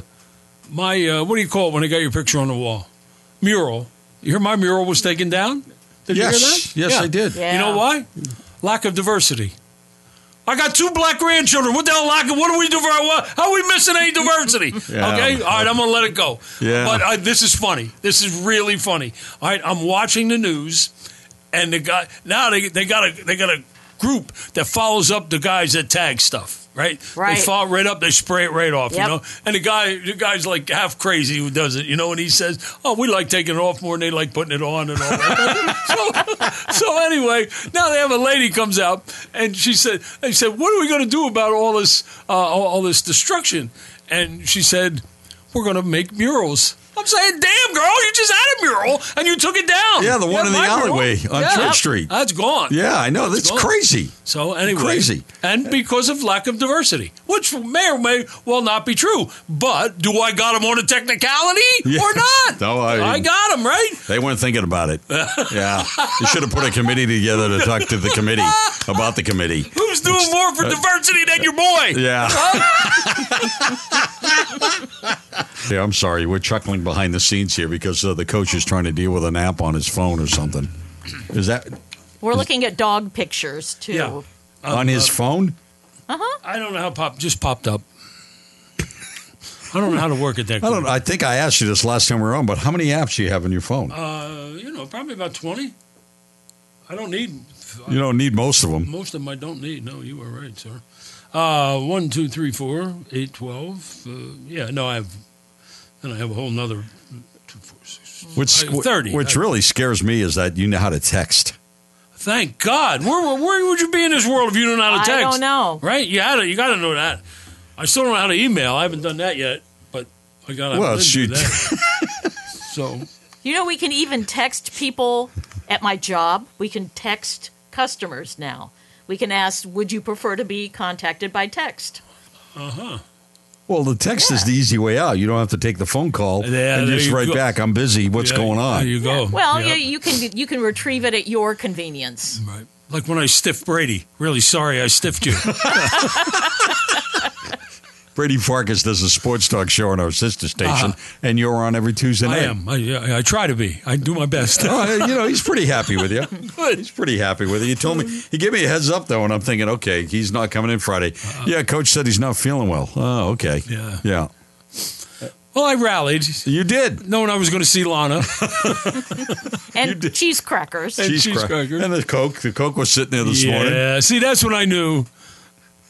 A: my uh, what do you call it when I got your picture on the wall mural? You hear my mural was taken down? Did
C: yes,
A: you hear that?
C: yes,
A: Yeah.
C: I did.
B: Yeah.
A: You know why? Lack of diversity. I got two black grandchildren. What the hell? Lack of what are we diver? What, how are we missing any diversity?
C: Yeah.
A: Okay, all right. I'm gonna let it go.
C: Yeah.
A: But uh, this is funny. This is really funny. All right, I'm watching the news, and the guy now they they got a they got a group that follows up the guys that tag stuff. Right,
B: Right.
A: They follow it right up. They spray it right off.
B: Yep.
A: You know, and the guy, the guy's like half crazy who does it. You know, and he says, "Oh, we like taking it off more than they like putting it on and all that." so, so anyway, now they have a lady comes out and she said, "They said, what are we going to do about all this, uh, all, all this destruction?" And she said, "We're going to make murals." I'm saying, "Damn, girl, you just had a mural and you took it down."
C: Yeah, the one in the
A: my mural.
C: alleyway on
A: Yeah.
C: Church Street.
A: That's gone.
C: Yeah, I know. That's
A: gone.
C: crazy.
A: So anyway,
C: Crazy.
A: and because of lack of diversity, which may or may well not be true. But do I got them on a technicality or
C: Yes.
A: not?
C: No, I-
A: got them right.
C: They weren't thinking about it. yeah. You should have put a committee together to talk to the committee about the committee.
A: Who's doing more for diversity than your boy?
C: Yeah. yeah, I'm sorry. We're chuckling behind the scenes here because uh, the coach is trying to deal with an app on his phone or something. Is that
B: We're looking at dog pictures too.
A: Yeah. Oh,
C: on his phone?
A: I don't know how pop just popped up. I don't know how to work at that.
C: I don't. I think I asked you this last time we were on, but how many apps do you have on your phone?
A: Uh, you know, probably about twenty. I don't need
C: you don't need most of them.
A: most of them. I don't need. No, you are right, sir. Uh, one, two, three, four, eight, twelve. Uh, yeah, no, I have. Then I have a whole nother. Two, four, six,
C: Which
A: Uh, 30.
C: Which really scares me is that you know how to text.
A: Thank God. Where, where, where would you be in this world if you don't know how to
B: I
A: text?
B: don't know.
A: Right? You had to, You got to know that. I still don't know how to email. I haven't done that yet, but I got to.
C: Well,
A: do
C: shoot.
A: that. so
B: You know, we can even text people at my job. We can text customers now. We can ask, would you prefer to be contacted by text?
C: Well, the text is
B: Yeah.
C: the easy way out. You don't have to take the phone call
A: Yeah,
C: and
A: there
C: just
A: you
C: write
A: go.
C: back. I'm busy. What's
A: Yeah,
C: going on?
A: There you go.
B: Well,
A: Yeah.
B: you, you can you can retrieve it at your convenience.
A: Right. Like when I stiffed Brady. Really sorry I stiffed you.
C: Brady Farkas does a sports talk show on our sister station, and you're on every Tuesday
A: Uh-huh. I
C: night.
A: am. I, I, I try to be. I do my best.
C: Oh, you know, he's pretty happy with you. He's pretty happy with you. He told me he gave me a heads up though, and I'm thinking, okay, he's not coming in Friday. Yeah, coach said he's not feeling well. Oh, okay.
A: Uh-huh. Yeah.
C: yeah.
A: well, I rallied,
C: You did.
A: knowing I was going to see Lana.
B: And cheese crackers.
A: And cheese
C: cra-
A: crackers.
C: and the coke. The coke was sitting there this
A: yeah.
C: morning.
A: See, that's when I knew.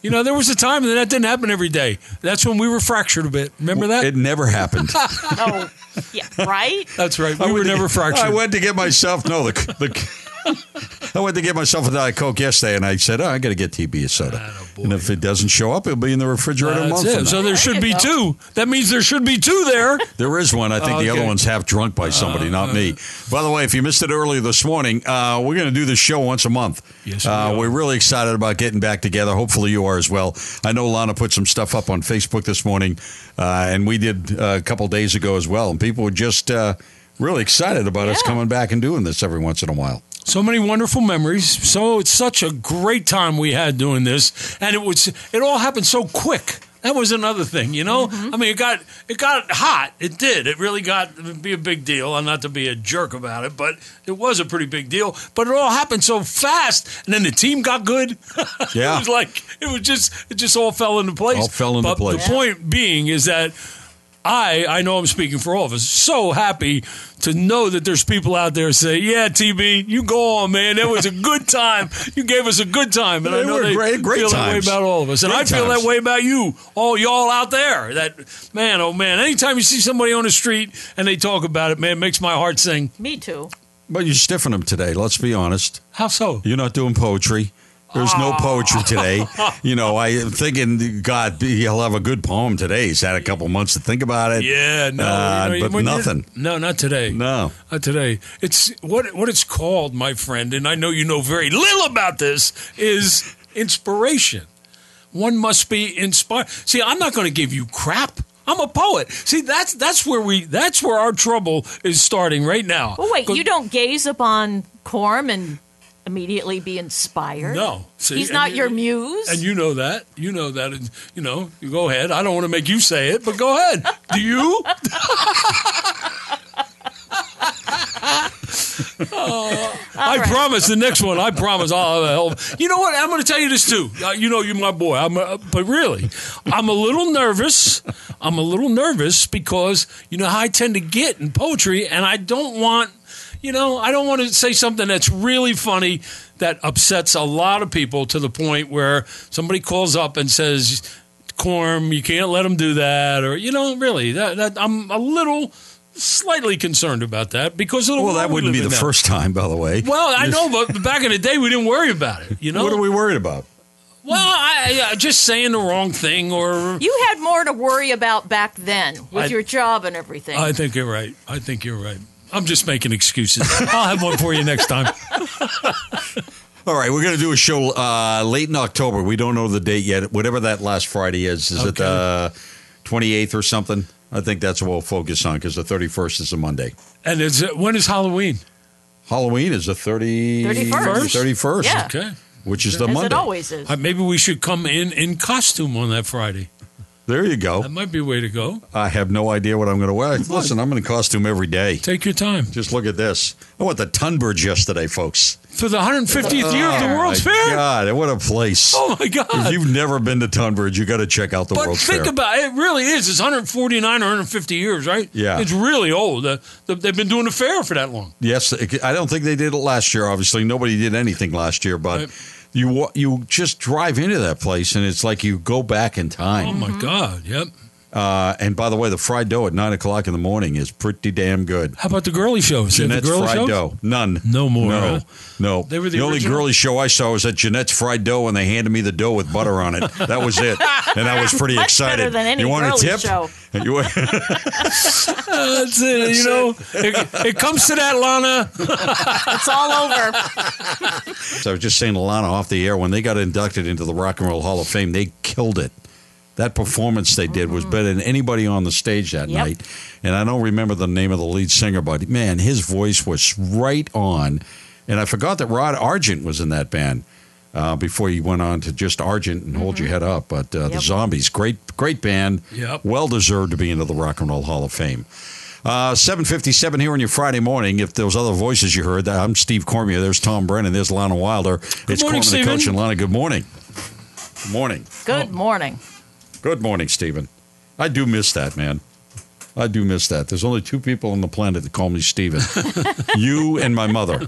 A: You know, there was a time that that didn't happen every day. That's when we were fractured a bit. Remember that?
C: It never happened.
B: Oh, yeah, right?
A: that's right. We were
C: went to-
A: never fractured.
C: I went to get myself no the, the I went to get myself a diet coke yesterday, and I said, oh, I got to get TB a soda, and if it doesn't show up, it'll be in the refrigerator a
A: That's
C: month.
A: it.
C: from now.
A: So there should be
B: you
A: two. That means there should be two there.
C: There is one. I think the other
A: Okay.
C: one's half drunk by somebody, not me. By the way, if you missed it earlier this morning, uh, we're going to do this show once a month.
A: Yes, we
C: uh,
A: are.
C: we're really excited about getting back together. Hopefully, you are as well. I know Lana put some stuff up on Facebook this morning, uh, and we did uh, a couple days ago as well. And people were just uh, really excited about us
B: Yeah.
C: coming back and doing this every once in a while.
A: So many wonderful memories. So it's such a great time we had doing this, and it was it all happened so quick. That was another thing, you know. I mean, it got it got hot. It did. It really got to be a big deal. And not to be a jerk about it, but it was a pretty big deal. But it all happened so fast, and then the team got good.
C: Yeah.
A: it was like it was just it just all fell into place.
C: All fell into
A: But
C: place.
A: The point being is that I, I know I'm speaking for all of us, so happy to know that there's people out there say, yeah, TB, you go on, man. That was a good time. You gave us a good time. And I
C: They
A: know
C: were
A: they
C: great- great
A: feel
C: times.
A: that way about all of us. And
C: Great
A: I feel
C: times.
A: that way about you, all y'all out there. That, man, oh, man, anytime you see somebody on the street and they talk about it, man, it makes my heart sing.
B: Me too.
C: But you stiffened them today. Let's be honest.
A: How so?
C: You're not doing poetry. There's
A: Ah.
C: no poetry today. You know, I am thinking, God, he'll have a good poem today. He's had a couple months to think about it.
A: Yeah, no,
C: Uh,
A: you know,
C: but
A: when you're-
C: nothing.
A: No, not today.
C: No.
A: Not uh, today. It's what what it's called, my friend, and I know you know very little about this. Is inspiration. One must be inspired. See, I'm not going to give you crap. I'm a poet. See, that's that's where we that's where our trouble is starting right now.
B: But Oh, wait,
A: Go-
B: you don't gaze upon Corm and immediately be inspired?
A: No. See,
B: He's
A: and
B: not
A: you-
B: your muse?
A: and you know that. You know that. And, you know. You go ahead. I don't want to make you say it, but go ahead. Do you? I promise the next one. I promise I'll have a hell. of- You know what? I'm going to tell you this too. Uh, you know, you're my boy. I'm, uh, but really, I'm a little nervous. I'm a little nervous because you know how I tend to get in poetry, and I don't want. You know, I don't want to say something that's really funny that upsets a lot of people to the point where somebody calls up and says, "Corm, you can't let them do that," or you know, really, that, that I'm a little. Slightly concerned about that because of the
C: Well,
A: world
C: that
A: we
C: wouldn't be
A: live
C: the
A: in now.
C: first time, by the way.
A: Well, I know, but back in the day, we didn't worry about it. You know,
C: What are we worried about?
A: well, I, I just saying the wrong thing, or
B: You had more to worry about back then
A: I-
B: with your job and everything.
A: I think you're right. I think you're right. I'm just making excuses. I'll have one for you next time.
C: All right, we're going to do a show uh, late in October. We don't know the date yet. Whatever that last Friday is, is it
A: Okay.
C: the 28th or something? I think that's what we'll focus on because the 31st is a Monday.
A: And is it, when is Halloween?
C: Halloween is the 30,
B: 31st.
C: 31st,
B: Yeah.
A: Okay,
C: which is the
B: as
C: Monday.
B: it always is.
A: Uh, maybe we should come in in costume on that Friday.
C: There you
A: That
C: go.
A: might be a way to go.
C: I have no idea what I'm going to wear. Listen, I'm in costume every day.
A: Take your time
C: Just look at this. I went to Tunbridge yesterday, folks.
A: for the 150th year of the World's
C: My
A: Oh, Fair.
C: God, what a place.
A: Oh my God!
C: If you've never been to Tunbridge, you got to check out the
A: But
C: World's
A: think
C: Fair.
A: about it. It really is. It's 149 or 150 years, right?
C: Yeah.
A: It's really old. Uh, th- they've been doing the fair for that long.
C: yes, it- I don't think they did it last year. Obviously, nobody did anything last year, but
A: Right.
C: you wa- you just drive into that place and it's like you go back in
A: Oh
C: time.
A: my God! Yep.
C: Uh, and by the way, the fried dough at nine o'clock in the morning is pretty damn good.
A: How about the girly shows? You have
C: Jeanette's
A: the girly
C: fried
A: shows?
C: dough, none,
A: No more,
C: no,
A: huh?
C: no.
A: They were the
C: only
A: original?
C: girly show I saw was at Jeanette's fried dough, and they handed me the dough with butter on it. That was it, and I was pretty
B: Much
C: excited.
B: better than any
C: you want
B: girly
C: a tip?
B: show.
C: You want-
A: Ah, That's it. you know, it, it comes to that, Lana.
B: It's all over.
C: So I was just saying to Lana off the air when they got inducted into the Rock and Roll Hall of Fame, they killed it. That performance they did was better than anybody on the stage that
B: Yep.
C: night. And I don't remember the name of the lead singer, but man, his voice was right on. And I forgot that Rod Argent was in that band uh, before he went on to just Argent and Hold Your Head Up. But uh, the
B: Mm-hmm. Yep.
C: Zombies, great, great band.
A: Yep.
C: Well deserved to be into the Rock and Roll Hall of Fame. Uh, 757 here on your Friday morning. If those other voices you heard, I'm Steve Cormier. There's Tom Brennan. There's Lana Wilder. it's
A: morning,
C: Cormier the Coach
A: Stephen.
C: and Lana. Good morning. Good morning.
B: Good morning.
C: Good morning, Stephen. I do miss that, man. I do miss that. There's only two people on the planet that call me Stephen you and my mother,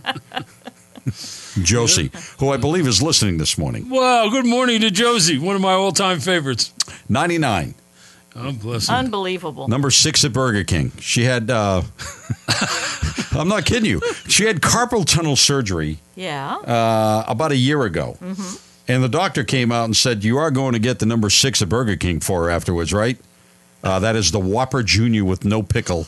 C: Josie, who I believe is listening this morning.
A: Wow, good morning to Josie, one of my all time favorites.
C: 99,
A: Oh, bless him.
B: Unbelievable.
C: number six at Burger King. She had, uh, I'm not kidding you, she had carpal tunnel surgery
B: Yeah.
C: uh, about a year ago. And the doctor came out and said, You are going to get the number six at Burger King for her afterwards, right? Uh, that is the Whopper Jr. with no pickle,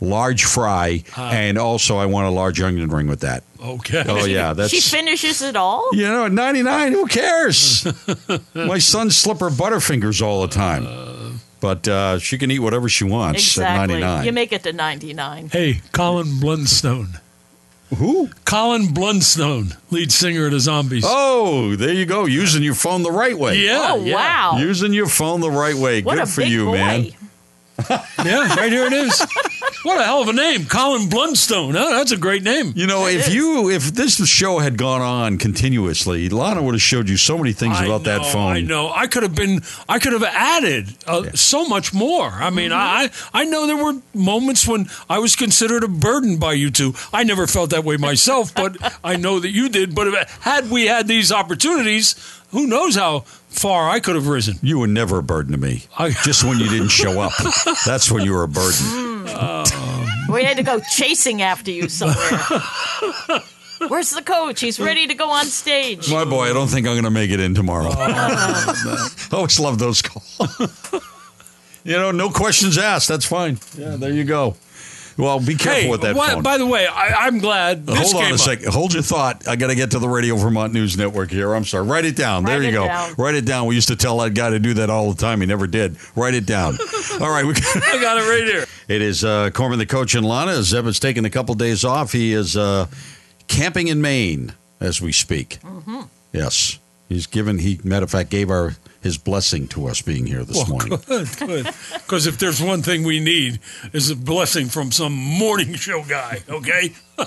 C: large fry, and also I want a large onion ring with that.
A: Okay.
C: Oh, yeah. That's.
B: she finishes it all?
C: you know, at 99, who cares? My son's slipper butterfingers all the time. But uh, she can eat whatever she wants
B: Exactly.
C: at 99.
B: You make it to 99.
A: Hey, Colin Blundstone.
C: Who?
A: Colin Blundstone, lead singer of the Zombies.
C: Oh, there you go. Using your phone the right way.
A: yeah.
B: oh,
A: yeah.
B: wow.
C: Using your phone the right way.
B: what
C: Good
B: a
C: for
B: big
C: you,
B: boy.
C: man.
A: Yeah, right here it is. what a hell of a name, Colin Blundstone. Oh, that's a great name.
C: You know, if you if this show had gone on continuously, Lana would have showed you so many things
A: I
C: about that
A: know,
C: phone.
A: I know. I could have been. I could have added uh, so much more. I mean,
C: Mm-hmm.
A: I I I know there were moments when I was considered a burden by you two. I never felt that way myself, but I know that you did. But if, had we had these opportunities, who knows how far I could have risen.
C: You were never a burden to me.
A: I-
C: Just when you didn't show up, that's when you were a burden.
B: We had to go chasing after you somewhere. Where's the coach? He's ready to go on stage.
C: My boy, I don't think I'm going to make it in tomorrow.
A: Oh,
C: I always love those calls. you know, no questions asked. That's fine. Yeah, there you go. Well, be careful
A: Hey,
C: with that
A: why-
C: phone.
A: by the way, I, I'm glad. This
C: Hold
A: came
C: on a
A: up.
C: second. Hold your thought. I got to get to the Radio Vermont News Network here. I'm sorry. Write it down. there
B: Write
C: you
B: it
C: go.
B: down.
C: Write it down. We used to tell that guy to do that all the time. He never did. Write it down. all right. We
A: I got it right here.
C: it is uh, Corman, the coach, and Lana. Zeb is taking a couple days off. He is uh, camping in Maine as we speak. Yes. He's given, he, matter of fact, gave our his blessing to us being here this morning.
A: Because if there's one thing we need, is a blessing from some morning show guy. Okay.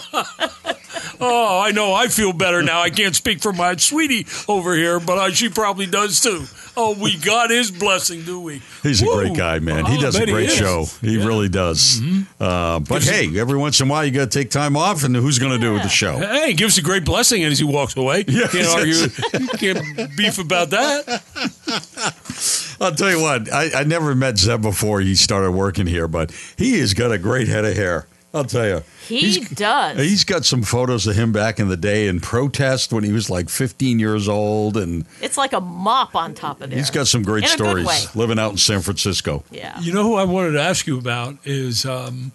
A: oh, I know. I feel better now. I can't speak for my sweetie over here, but I, she probably does too. Oh, we got his blessing, do we?
C: He's a
A: Woo.
C: great guy, man. He
A: I'll
C: does a
A: bet he
C: great
A: is. Mm-hmm.
C: show. He really does. Uh, but hey, every once in a while, you got to take time off, and who's going to do with the show?
A: Hey, he gives a great blessing as he walks away.
C: Yes,
A: can't argue.
C: yes.
A: Can't beef about that.
C: I'll tell you what, I, I never met Zeb before he started working here, but he has got a great head of hair. I'll tell you.
B: He
C: He's-
B: does.
C: He's got some photos of him back in the day in protest when he was like 15 years old, and
B: it's like a mop on top of there.
C: he's got some great
B: In a good
C: stories
B: way.
C: living out in San Francisco.
B: Yeah.
A: You know who I wanted to ask you about is um,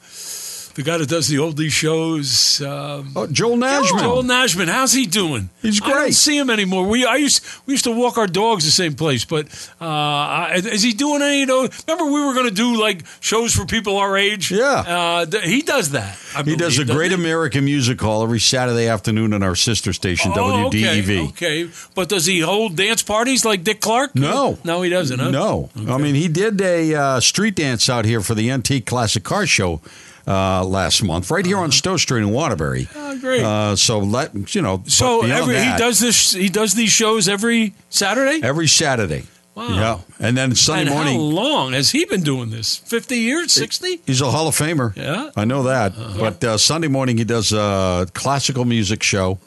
A: the guy that does the oldie shows. Um,
C: Oh, Joel Nashman.
A: Joel Nashman, how's he doing?
C: He's
A: I don't
C: great.
A: see him anymore. We I used we used to walk our dogs the same place, but uh, I- is he doing any of those? Remember, we were going to do like shows for people our age.
C: Yeah.
A: uh, th- he does that. I
C: He
A: believe,
C: does a
A: doesn't
C: great
A: he?
C: American Music Hall every Saturday afternoon on our sister station, E
A: Oh, okay,
C: WDEV.
A: Okay, but does he hold dance parties like Dick Clark?
C: No.
A: no, he doesn't. Huh?
C: No. I mean, he did a uh, street dance out here for the Antique Classic Car Show uh, last month, right here
A: Uh-huh.
C: on Stowe Street in Waterbury.
A: Oh, great.
C: Uh, so let you know. but
A: so
C: beyond
A: every he
C: that,
A: does this. He does these shows every Saturday.
C: every Saturday.
A: Wow.
C: Yeah, and then Sunday
A: Oh. and
C: morning.
A: how long has he been doing this? Fifty years, sixty?
C: He's a Hall of Famer.
A: Yeah. Uh-huh.
C: I know that. But uh, Sunday morning he does a classical music show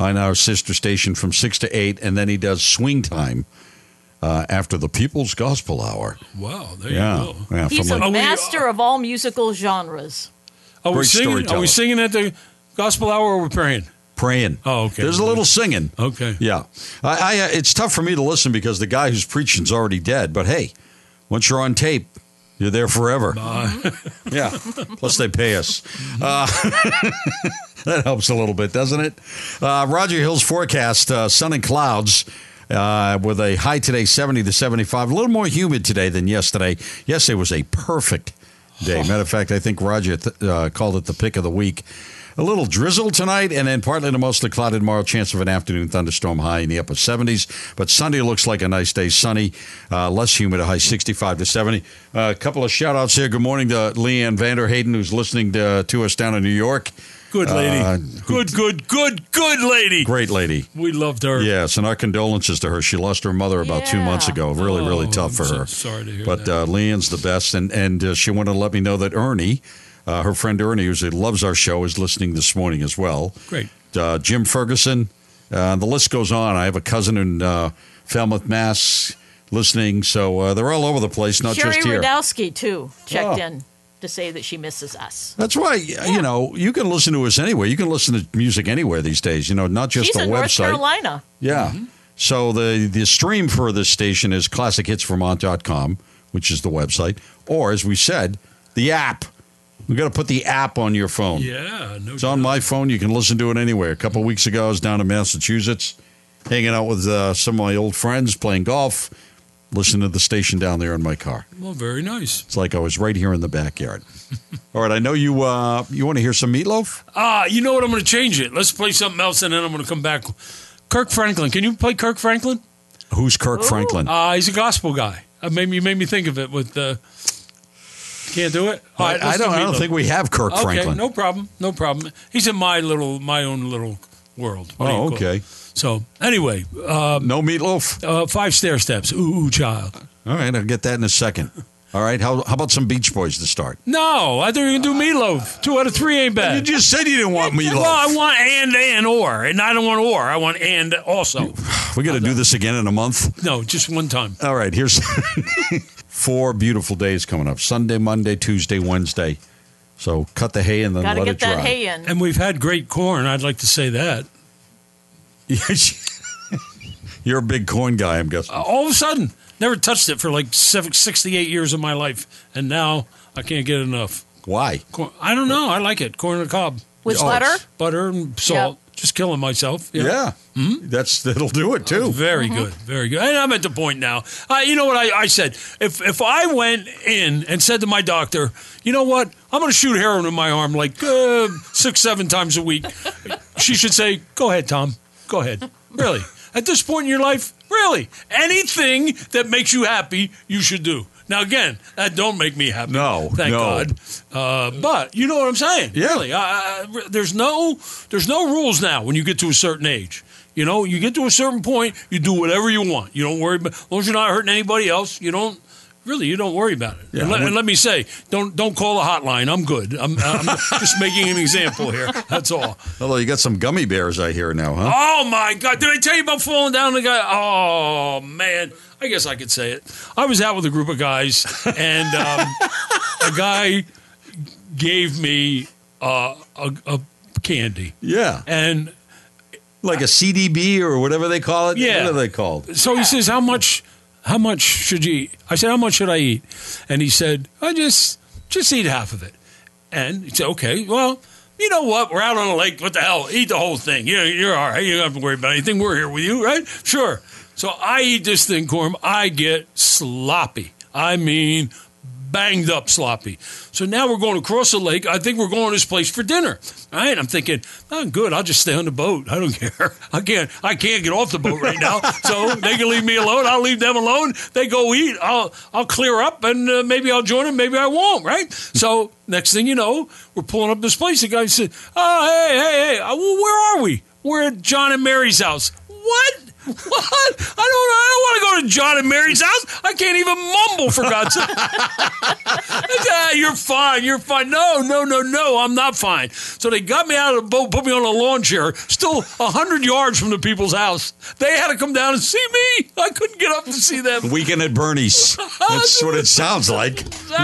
C: on our sister station from six to eight, and then he does swing time uh, after the People's Gospel Hour.
A: Wow, there
C: Yeah,
A: you go.
C: yeah.
B: He's a
A: Are we-
B: master of all musical genres.
A: Are we
C: Great
A: singing? Are
C: storyteller.
A: we singing at the gospel hour or we're praying?
C: praying.
A: Oh, okay.
C: There's a little singing.
A: Okay.
C: Yeah, I, I uh, it's tough for me to listen because the guy who's preaching's already dead. But hey, once you're on tape, you're there forever. yeah. Plus they pay us. Uh, that helps a little bit, doesn't it? Uh, Roger Hill's forecast: uh, sun and clouds. uh, with a high today 70 to 75. A little more humid today than yesterday. Yesterday was a perfect day. Matter of fact, I think Roger th- uh, called it the pick of the week. A little drizzle tonight, and then partly to mostly cloudy tomorrow. Chance of an afternoon thunderstorm high in the upper 70s. But Sunday looks like a nice day. Sunny, uh, less humid, a high 65 to 70. A couple of shout outs here. Good morning to Leanne Vanderhayden, who's listening to, to us down in New York.
A: Good lady.
C: Uh,
A: good, good, good, good lady.
C: Great lady.
A: We loved her.
C: Yes, and our condolences to her. She lost her mother about two
B: Yeah.
C: months ago. Really, really
A: Oh,
C: tough for
A: I'm so
C: her.
A: sorry to hear
C: But
A: that.
C: Uh, Leanne's the best, and and uh, she wanted to let me know that Ernie, uh, her friend Ernie, who loves our show, is listening this morning as well.
A: Great.
C: Uh, Jim Ferguson. Uh, the list goes on. I have a cousin in uh, Falmouth, Mass, listening. So uh, they're all over the place, not
B: Sherry
C: just here.
B: Radowski, too, checked
C: Oh.
B: in to say that she misses us.
C: That's why you know you can listen to us anywhere. You can listen to music anywhere these days. You know, not just
B: She's
C: the
B: in North
C: website.
B: Carolina.
C: Yeah. So the the stream for this station is classichitsvermont.com, which is the website, or as we said, the app. We got to put the app on your phone.
A: Yeah. No
C: It's on my phone. You can listen to it anywhere. A couple weeks ago, I was down in Massachusetts, hanging out with uh, some of my old friends, playing golf, listening to the station down there in my car.
A: Well, very nice.
C: It's like I was right here in the backyard. All right, I know you. Uh, you want to hear some meatloaf?
A: Ah, you know what? I'm going to change it. Let's play something else, and then I'm going to come back. Kirk Franklin. Can you play Kirk Franklin?
C: Who's Kirk
B: Ooh.
C: Franklin?
A: Uh, he's a gospel guy. Uh, made me, you made me think of it with Uh, can't do it. All
C: I,
A: right, let's
C: I don't. I don't
A: Meatloaf.
C: think we have Kirk
A: Okay,
C: Franklin.
A: no problem. No problem. He's in my little, my own little world. What do you
C: Oh,
A: call it?
C: okay. Um,
A: So anyway, uh,
C: No meatloaf.
A: uh, five stair steps. Ooh, ooh, child.
C: All right, I'll get that in a second. All right, how, how about some Beach Boys to start?
A: No, I don't even do meatloaf. Two out of three ain't bad.
C: You just said you didn't want
A: Uh, well, I
C: meatloaf.
A: want and and or, and I don't want or. I want and also.
C: We're going to do this again in a month.
A: No, just one time.
C: All right, here's four beautiful days coming up Sunday, Monday, Tuesday, Wednesday. So cut the hay and then
B: Got to
C: let
B: get
C: it dry.
B: that hay in.
A: And we've had great corn. I'd like to say that.
C: You're a big corn guy, I'm guessing.
A: Uh, all of a sudden, never touched it for like seven, 68 years of my life, and now I can't get enough.
C: Why?
A: Corn, I don't know. I like it. Corn on the cob,
B: With
C: Oh,
B: butter?
A: butter and salt. Just killing myself.
C: Yeah.
A: Hmm?
C: That's that'll do it too.
A: Very good, very good. And I'm at the point now. I, you know what I, I said? If if I went in and said to my doctor, you know what, I'm going to shoot heroin in my arm like uh, six, seven times a week, she should say, "Go ahead, Tom. Go ahead. Really, at this point in your life, really, anything that makes you happy, you should do." Now again, that don't make me happy.
C: No,
A: thank
C: no.
A: God. Uh, but you know what I'm saying?
C: Yeah.
A: Really, I, I- there's no there's no rules now when you get to a certain age. You know, you get to a certain point, you do whatever you want. You don't worry about as long as you're not hurting anybody else. You don't really you don't worry about it.
C: Yeah,
A: and, let,
C: I
A: and let me say, don't don't call the hotline. I'm good. I'm, I'm just making an example here. That's all.
C: Although you got some gummy bears I hear now, huh?
A: Oh my God! Did I tell you about falling down the guy? Oh man! I guess I could say it. I was out with a group of guys, and um, a guy gave me uh, a, a candy,
C: Yeah.
A: and
C: Like a CDB or whatever they call it.
A: Yeah.
C: What are they called?
A: so he says, "How much? How much should you?" eat? I said, "How much should I eat?" And he said, "I just just eat half of it." And he said, "Okay, well." You know what? We're out on a lake. What the hell? Eat the whole thing. You know, you're all right. You don't have to worry about anything. We're here with you, right? Sure. So I eat this thing, Corm. I get sloppy. I mean, banged up sloppy. So now we're going across the lake. I think we're going to this place for dinner. All right. I'm thinking, oh, good. I'll just stay on the boat. I don't care. I can't. I can't get off the boat right now. so they can leave me alone. I'll leave them alone. They go eat. I'll I'll clear up and uh, maybe I'll join them. Maybe I won't. Right. So next thing you know, we're pulling up this place. The guy said, "Oh, hey, hey, hey. Uh, well, where are we? We're at John and Mary's house. What?" What? I don't. I don't want to go to John and Mary's house. I can't even mumble for God's sake. Ah, you're fine. You're fine. No, no, no, no. I'm not fine. So they got me out of the boat, put me on a lawn chair, still a hundred yards from the people's house. They had to come down and see me. I couldn't get up to see them.
C: Weekend at Bernie's. That's what it sounds like.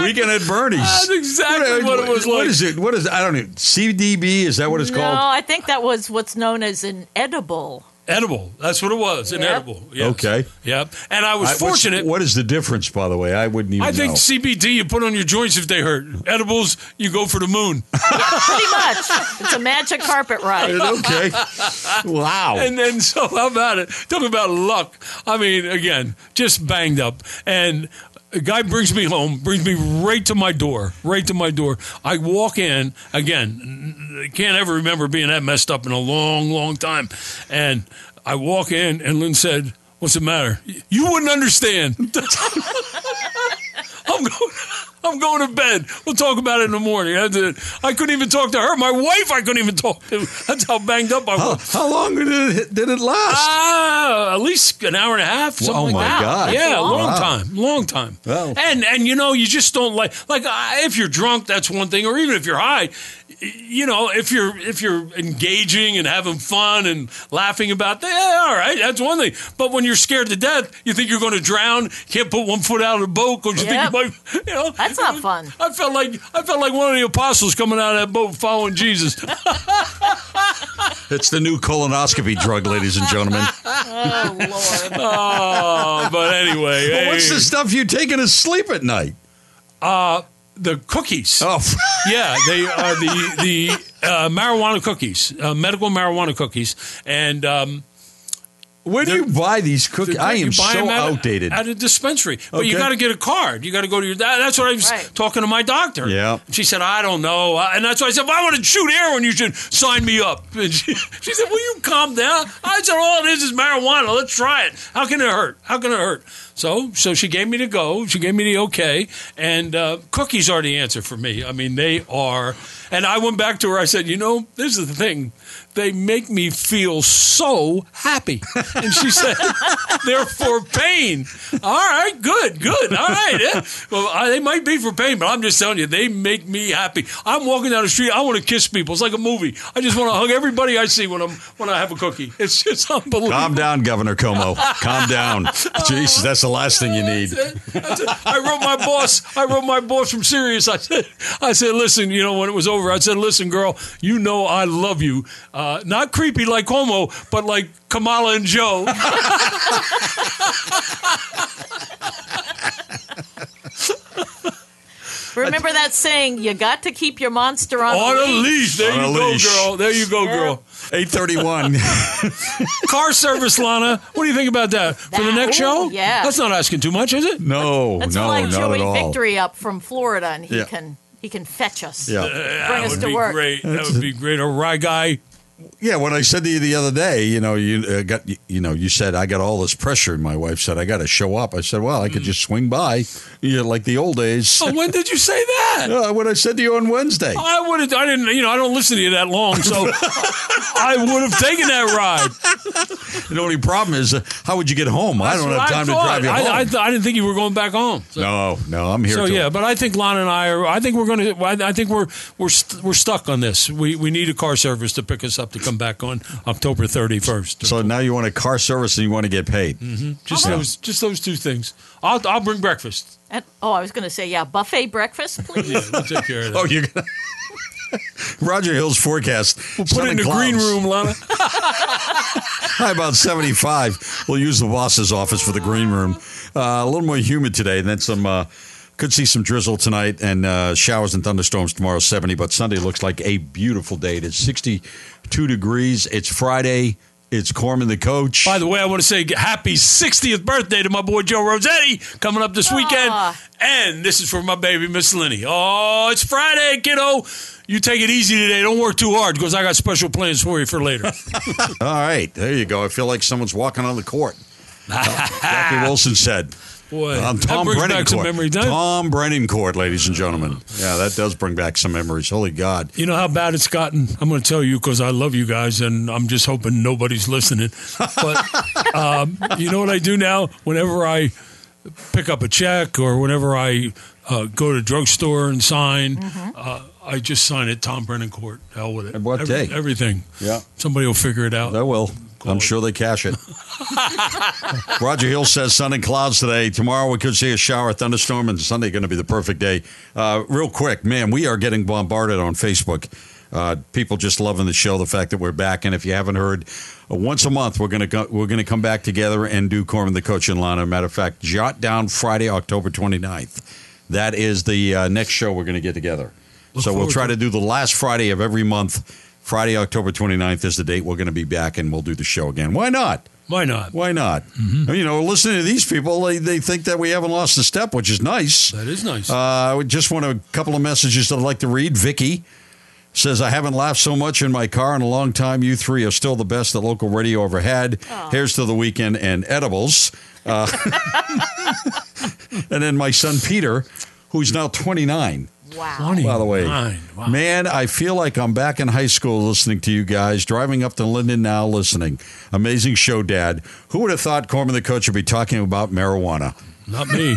C: Weekend at Bernie's.
A: That's exactly what it was
C: What
A: like.
C: is it? What is I don't know. CDB is that what it's
B: No,
C: called?
B: I think that was what's known as an edible.
A: edible. That's what it was. An
B: Yep.
A: edible. Yes.
C: Okay.
A: Yep. And I was
C: I- what's-
A: fortunate.
C: What is the difference, by the way? I wouldn't even
A: I think
C: know.
A: CBD you put on your joints if they hurt. Edibles you go for the moon.
B: Pretty much. It's a magic carpet ride.
C: okay. wow.
A: And then, so how about it? Talk about luck. I mean, again, just banged up. And a guy brings me home, brings me right to my door, right to my door. I walk in, again, I can't ever remember being that messed up in a long, long time. And I walk in, and Lynn said, What's the matter? You wouldn't understand. I'm going. I'm going to bed. We'll talk about it in the morning. I, did- I couldn't even talk to her. My wife, I couldn't even talk to. That's how banged up I was.
C: how, how long did it, did it last?
A: Ah, at least an hour and a half. Something
C: Oh,
A: like
C: my
A: that.
C: God.
A: Yeah, a
B: Wow.
A: long
C: Wow.
A: time, long time.
C: Wow.
A: And and you know, you just don't like like uh, if you're drunk, that's one thing, or even if you're high. y- You know, if you're if you're engaging and having fun and laughing about that, yeah, all right, that's one thing. But when you're scared to death, you think you're going to drown, can't put one foot out of the boat because you
B: Yep.
A: think you might, you know,
B: That's not fun.
A: I felt like I felt like one of the apostles coming out of that boat following Jesus. Uh,
C: it's the new colonoscopy drug, ladies and gentlemen.
B: Oh, Lord.
A: oh, but anyway,
C: But what's
A: hey,
C: the stuff you take to sleep at night?
A: the cookies?
C: Oh,
A: Yeah, they are the the uh, marijuana cookies, uh, medical marijuana cookies, and um,
C: where do you buy these cookies? I
A: you
C: am
A: buy 'em
C: so
A: at a-
C: outdated.
A: at a dispensary. But you
C: Okay.
A: got to get a card. You got to go to your. That, that's what I was
B: Right.
A: talking to my doctor.
C: Yeah.
A: she said I don't know, Uh, and that's why I said well, I want to shoot heroin. You should sign me up. And she, she said, "Will you calm down?" I said, "All it is is marijuana. Let's try it. How can it hurt? How can it hurt?" So, so she gave me the go. She gave me the okay, and uh, cookies are the answer for me. I mean, they are. And I went back to her. I said, "You know, this is the thing. They make me feel so happy." And she said, "They're for pain." All right, good, good. All right. yeah. Well, I, they might be for pain, but I'm just telling you, they make me happy. I'm walking down the street. I want to kiss people. It's like a movie. I just want to hug everybody I see when I'm when I have a cookie. It's just unbelievable.
C: Calm down, Governor Como. Calm down. Jesus, that's the last thing you need.
A: Oh, That's it. I wrote my boss. I wrote my boss from Sirius. I said, I said, listen, you know, when it was over, I said, listen, girl, you know, I love you. Uh, not creepy like Cuomo, but like Kamala and Joe.
B: Remember that saying, you got to keep your monster on,
A: On
B: a
A: a leash.
B: leash.
A: There
C: On a
A: you go,
C: leash.
A: girl. There you go, girl.
C: 831.
A: Car service, Lana. What do you think about that for the
B: That-
A: next show?
B: ooh, yeah.
A: that's not asking too much, is it?
C: No,
B: Let's
C: no,
B: like
C: not
B: Joey
C: at all.
B: Victory up from Florida, and he
C: Yeah.
B: can he can fetch us.
C: Yeah.
B: Bring
A: that
B: us
A: would
B: to
A: be
B: work.
A: great. That would be great. A rye guy.
C: yeah, when I said to you the other day, you know, you uh, got you, you know, you said I got all this pressure and my wife said I got to show up. I said, "Well, I could just swing by, you know, like the old days."
A: Mm. Oh, when did you say that?
C: Uh, what I said to you on Wednesday.
A: I would have. I didn't. You know, I don't listen to you that long, so I would have taken that ride.
C: The only problem is, uh, how would you get home? I don't have
A: That's what
C: time to
A: thought.
C: drive you
A: I,
C: home.
A: I, th- I didn't think you were going back home. So,
C: no, no, I'm here.
A: so,
C: till-
A: yeah, but I think Lon and I are. I think we're going to. I I think we're we're st- we're stuck on this. We we need a car service to pick us up to come back on October thirty first.
C: So now you want a car service and you want to get paid.
A: Mm. Just those just those two things. I'll I'll bring breakfast.
B: And, oh, I was going to say, yeah, buffet breakfast,
A: Yeah,
B: please.
A: we'll take care of that.
C: Oh, you're gonna. Roger Hill's forecast. We'll
A: Put it in the green room, Lana.
C: High about 75. We'll use the boss's office for the green room. Uh, a little more humid today, and then some. Uh, could see some drizzle tonight and uh, showers and thunderstorms tomorrow, 70. But Sunday looks like a beautiful day. It's 62 degrees. It's Friday. It's Corman the coach.
A: By the way, I want to say happy 60th birthday to my boy Joe Rossetti coming up this weekend.
B: Aw.
A: And this is for my baby, Miss Lenny. Oh, it's Friday, kiddo. You take it easy today. Don't work too hard because I got special plans for you for later.
C: All right, there you go. I feel like someone's walking on the court. Jackie Wilson said.
A: Boy,
C: Um,
A: that
C: Tom
A: brings
C: Brennan
A: back some
C: Court.
A: memories. Don't it?
C: Tom Brennan Court, ladies and gentlemen. Yeah, that does bring back some memories. Holy God.
A: You know how bad it's gotten? I'm going to tell you because I love you guys and I'm just hoping nobody's listening. But um, you know what I do now? Whenever I pick up a check or whenever I uh, go to drugstore and sign, uh, I just sign it Tom Brennan Court. Hell with it.
C: And what day?
A: Everything.
C: Yeah.
A: Somebody will figure it out.
C: They will. I'm sure they cash it. Roger Hill says sun and clouds today. Tomorrow we could see a shower, thunderstorm, and Sunday going to be the perfect day. Uh, real quick, man, we are getting bombarded on Facebook Uh, people just loving the show, the fact that we're back. And if you haven't heard, uh, once a month we're gonna go, we're gonna come back together and do Corman the Coach and Lana. Matter of fact, jot down Friday, October 29th. That is the uh, next show we're gonna get together. so
A: forward
C: we'll try
A: to
C: to do the last Friday of every month. Friday, October 29th is the date we're going to be back and we'll do the show again. Why not?
A: Why not?
C: Why not?
A: Mm-hmm.
C: You know, listening to these people, they, they think that we haven't lost a step, which is nice.
A: That is nice.
C: Uh, we just want a couple of messages that I'd like to read. Vicky says, I haven't laughed so much in my car in a long time. You three are still the best that local radio ever had. Here's to the weekend and edibles. Uh, and then my son Peter, who's now 29.
B: Wow.
A: Funny.
C: By the way,
A: Nine. Wow.
C: man, I feel like I'm back in high school listening to you guys, driving up to Linden now listening. Amazing show, Dad. Who would have thought Corman the coach would be talking about marijuana?
A: Not me.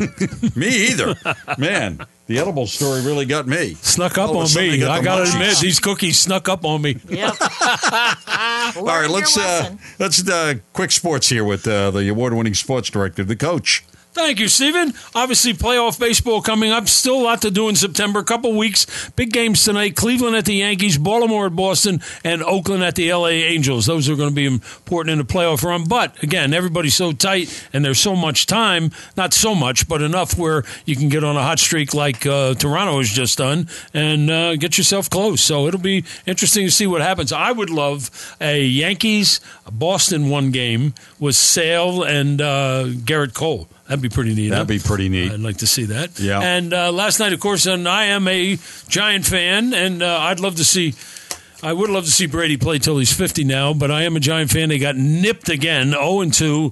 C: Me either. Man, the edible story really got me.
A: snuck up
C: All of a
A: on
C: sudden
A: me.
C: Oh, got
A: I
C: the
A: gotta
C: munchies.
A: admit, these cookies snuck up on me.
B: Yep. All
C: All right, let's uh, let's uh, quick sports here with uh, the award-winning sports director, the coach.
A: Thank you, Steven. Obviously, playoff baseball coming up. Still a lot to do in September. A couple weeks. Big games tonight Cleveland at the Yankees, Baltimore at Boston, and Oakland at the LA Angels. Those are going to be important in the playoff run. But again, everybody's so tight and there's so much time. Not so much, but enough where you can get on a hot streak like uh, Toronto has just done and uh, get yourself close. So it'll be interesting to see what happens. I would love a Yankees Boston one game with Sale and uh, Garrett Cole. That'd be pretty neat.
C: That'd be pretty neat.
A: I'd like to see that.
C: Yeah.
A: And uh, last night, of course, and I am a Giant fan, and uh, I'd love to see. I would love to see Brady play till he's 50 now, but I am a Giant fan. They got nipped again, 0 and 2.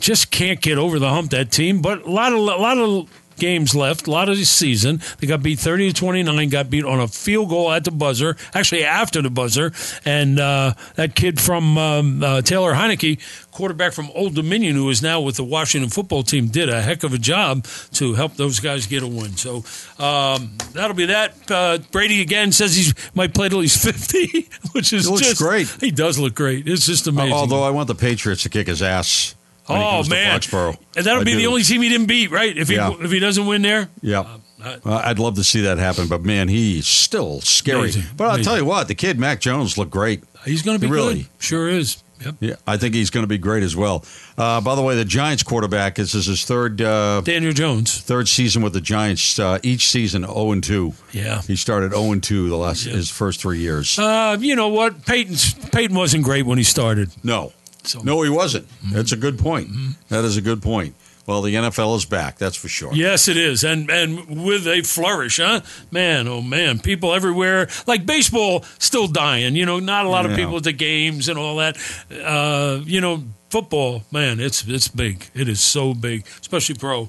A: Just can't get over the hump that team. But a lot of a lot of games left, a lot of the season. They got beat 30 to 29. Got beat on a field goal at the buzzer, actually after the buzzer. And uh, that kid from um, uh, Taylor Heineke, quarterback from Old Dominion, who is now with the Washington football team, did a heck of a job to help those guys get a win. So um, that'll be that. Uh, Brady again says he might play till he's 50, which is
C: He looks
A: just
C: great.
A: He does look great. It's just amazing.
C: Although I want the Patriots to kick his ass. when he
A: oh
C: comes to
A: man,
C: Foxborough.
A: and that'll
C: I
A: be the
C: do.
A: only team he didn't beat, right? If he
C: Yeah.
A: if he doesn't win there, uh,
C: Yeah.
A: I-
C: Well, I'd love to see that happen, but man, he's still scary.
A: Amazing.
C: But I'll
A: Amazing.
C: tell you what, the kid Mac Jones looked great.
A: he's going to be
C: Really?
A: good. Sure is. Yep.
C: Yeah, I think he's going to be great as well. Uh, by the way, the Giants quarterback this is his third uh,
A: Daniel Jones.
C: third season with the Giants. Uh, each season, zero and two.
A: Yeah.
C: he started zero and two the last his first three years.
A: Uh, you know what? Peyton's Peyton wasn't great when he started.
C: No.
A: So- Mm-hmm.
C: no, he wasn't. That's a good point. That is a good point. Well, the NFL is back, that's for sure.
A: Yes, it is, and and with a flourish, huh? Man, oh man, people everywhere. Like baseball, still dying. You know, not a lot
C: Yeah.
A: of people at the games and all that. Uh, you know, football, man, it's it's big. It is so big, especially pro.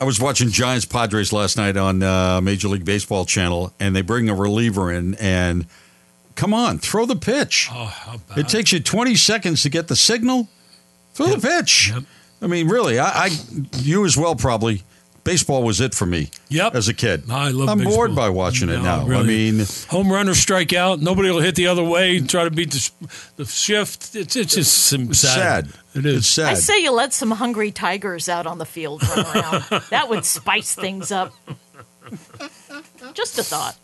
C: I was watching Giants Padres last night on uh, Major League Baseball channel, and they bring a reliever in, and come on, throw the pitch.
A: Oh, how about
C: It takes you 20 seconds to get the signal. Throw the pitch.
A: Yep.
C: I mean, really, I, I, you as well, probably. Baseball was it for me.
A: Yep.
C: As a kid,
A: I love
C: I'm bored
A: baseball.
C: by watching it
A: No,
C: now. I
A: really.
C: mean,
A: home run or strikeout? Nobody will hit the other way. Try to beat the, sh- the shift. It's it's just some
C: sad.
A: sad. It is.
C: It's sad.
B: I say you let some hungry tigers out on the field run around. that would spice things up. Just a thought.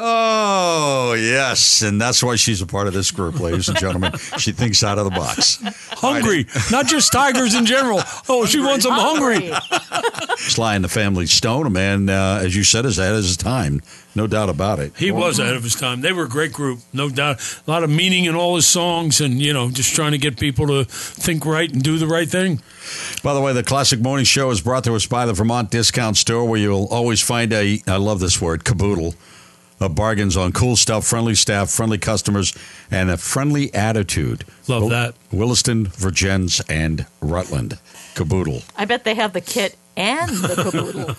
C: Oh, yes. And that's why she's a part of this group, ladies and gentlemen. she thinks out of the box.
A: Hungry, not just tigers in general. Oh, she wants them hungry.
C: Sly and the Family Stone, a man, uh, as you said, is ahead of his time. No doubt about it.
A: He was ahead of his time. They were a great group, no doubt. A lot of meaning in all his songs, and you know, just trying to get people to think right and do the right thing.
C: By the way, the Classic Morning Show is brought to us by the Vermont Discount Store, where you'll always find a, I love this word, caboodle of bargains on cool stuff, friendly staff, friendly customers, and a friendly attitude.
A: Love
C: Wil-
A: that.
C: Williston, Virgins, and Rutland. Caboodle.
B: I bet they have the kit and the caboodle,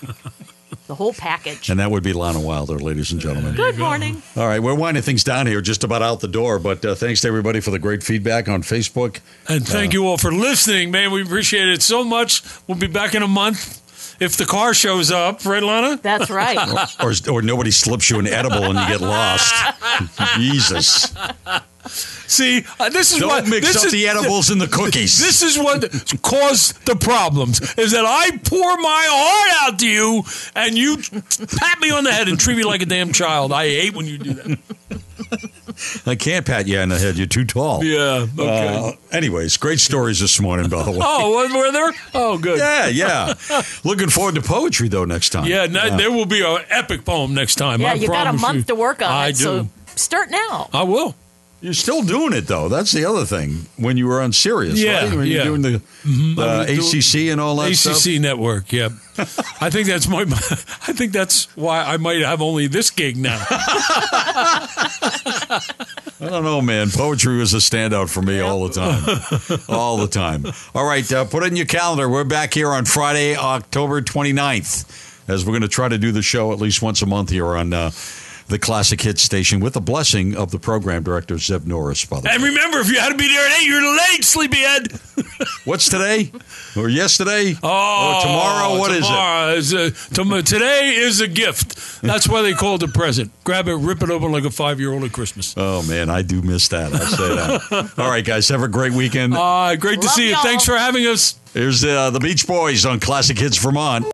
B: the whole package.
C: And that would be Lana Wilder, ladies and gentlemen.
B: Good morning.
C: All right, we're winding things down here, just about out the door. But uh, thanks to everybody for the great feedback on Facebook.
A: And thank you all for listening, man. We appreciate it so much. We'll be back in a month if the car shows up, right, Lana?
B: That's right.
C: Or, or nobody slips you an edible and you get lost. Jesus.
A: See, uh, this is
C: Don't
A: what
C: mix
A: this
C: up
A: is,
C: the edibles and the cookies.
A: This is what caused the problems. Is that I pour my heart out to you, and you pat me on the head and treat me like a damn child. I hate when you do that.
C: I can't pat you on the head. You're too tall.
A: Yeah. Okay.
C: Uh, anyways, great stories this morning, by the way.
A: oh, were- were there? Oh, good.
C: Yeah, yeah. Looking forward to poetry though next time. Uh,
A: Yeah, no, there will be an epic poem next time.
B: Yeah,
A: I
B: you got a
A: promise
B: month
A: you.
B: to work on
A: I
B: it,
A: do.
B: so start now.
A: I will.
C: You're still doing it though. That's the other thing. When you were on Sirius,
A: Yeah,
C: right? When
A: yeah. Mm-hmm.
C: you're doing the, uh, the ACC and all that
A: ACC
C: stuff.
A: network. Yeah, I think that's my. I think that's why I might have only this gig now.
C: I don't know, man. Poetry was a standout for me all the time. all the time. All right, uh, put it in your calendar. We're back here on Friday, October 29th, as we're going to try to do the show at least once a month here on uh, the Classic Hits Station with the blessing of the program director, Zev Norris, by the way.
A: and remember, if you had to be there at eight, you're late, sleepyhead.
C: What's today? Or yesterday?
A: Oh,
C: Or tomorrow? What is it?
A: tomorrow is a, tom- today is a gift. That's why they call it a present. Grab it, rip it open like a five year old at Christmas.
C: Oh, man, I do miss that. I'll say that. All right, guys, have a great weekend.
A: Uh, great to
B: Love
A: see you.
B: y'all.
A: Thanks for having us.
C: Here's uh, the Beach Boys on Classic Hits Vermont.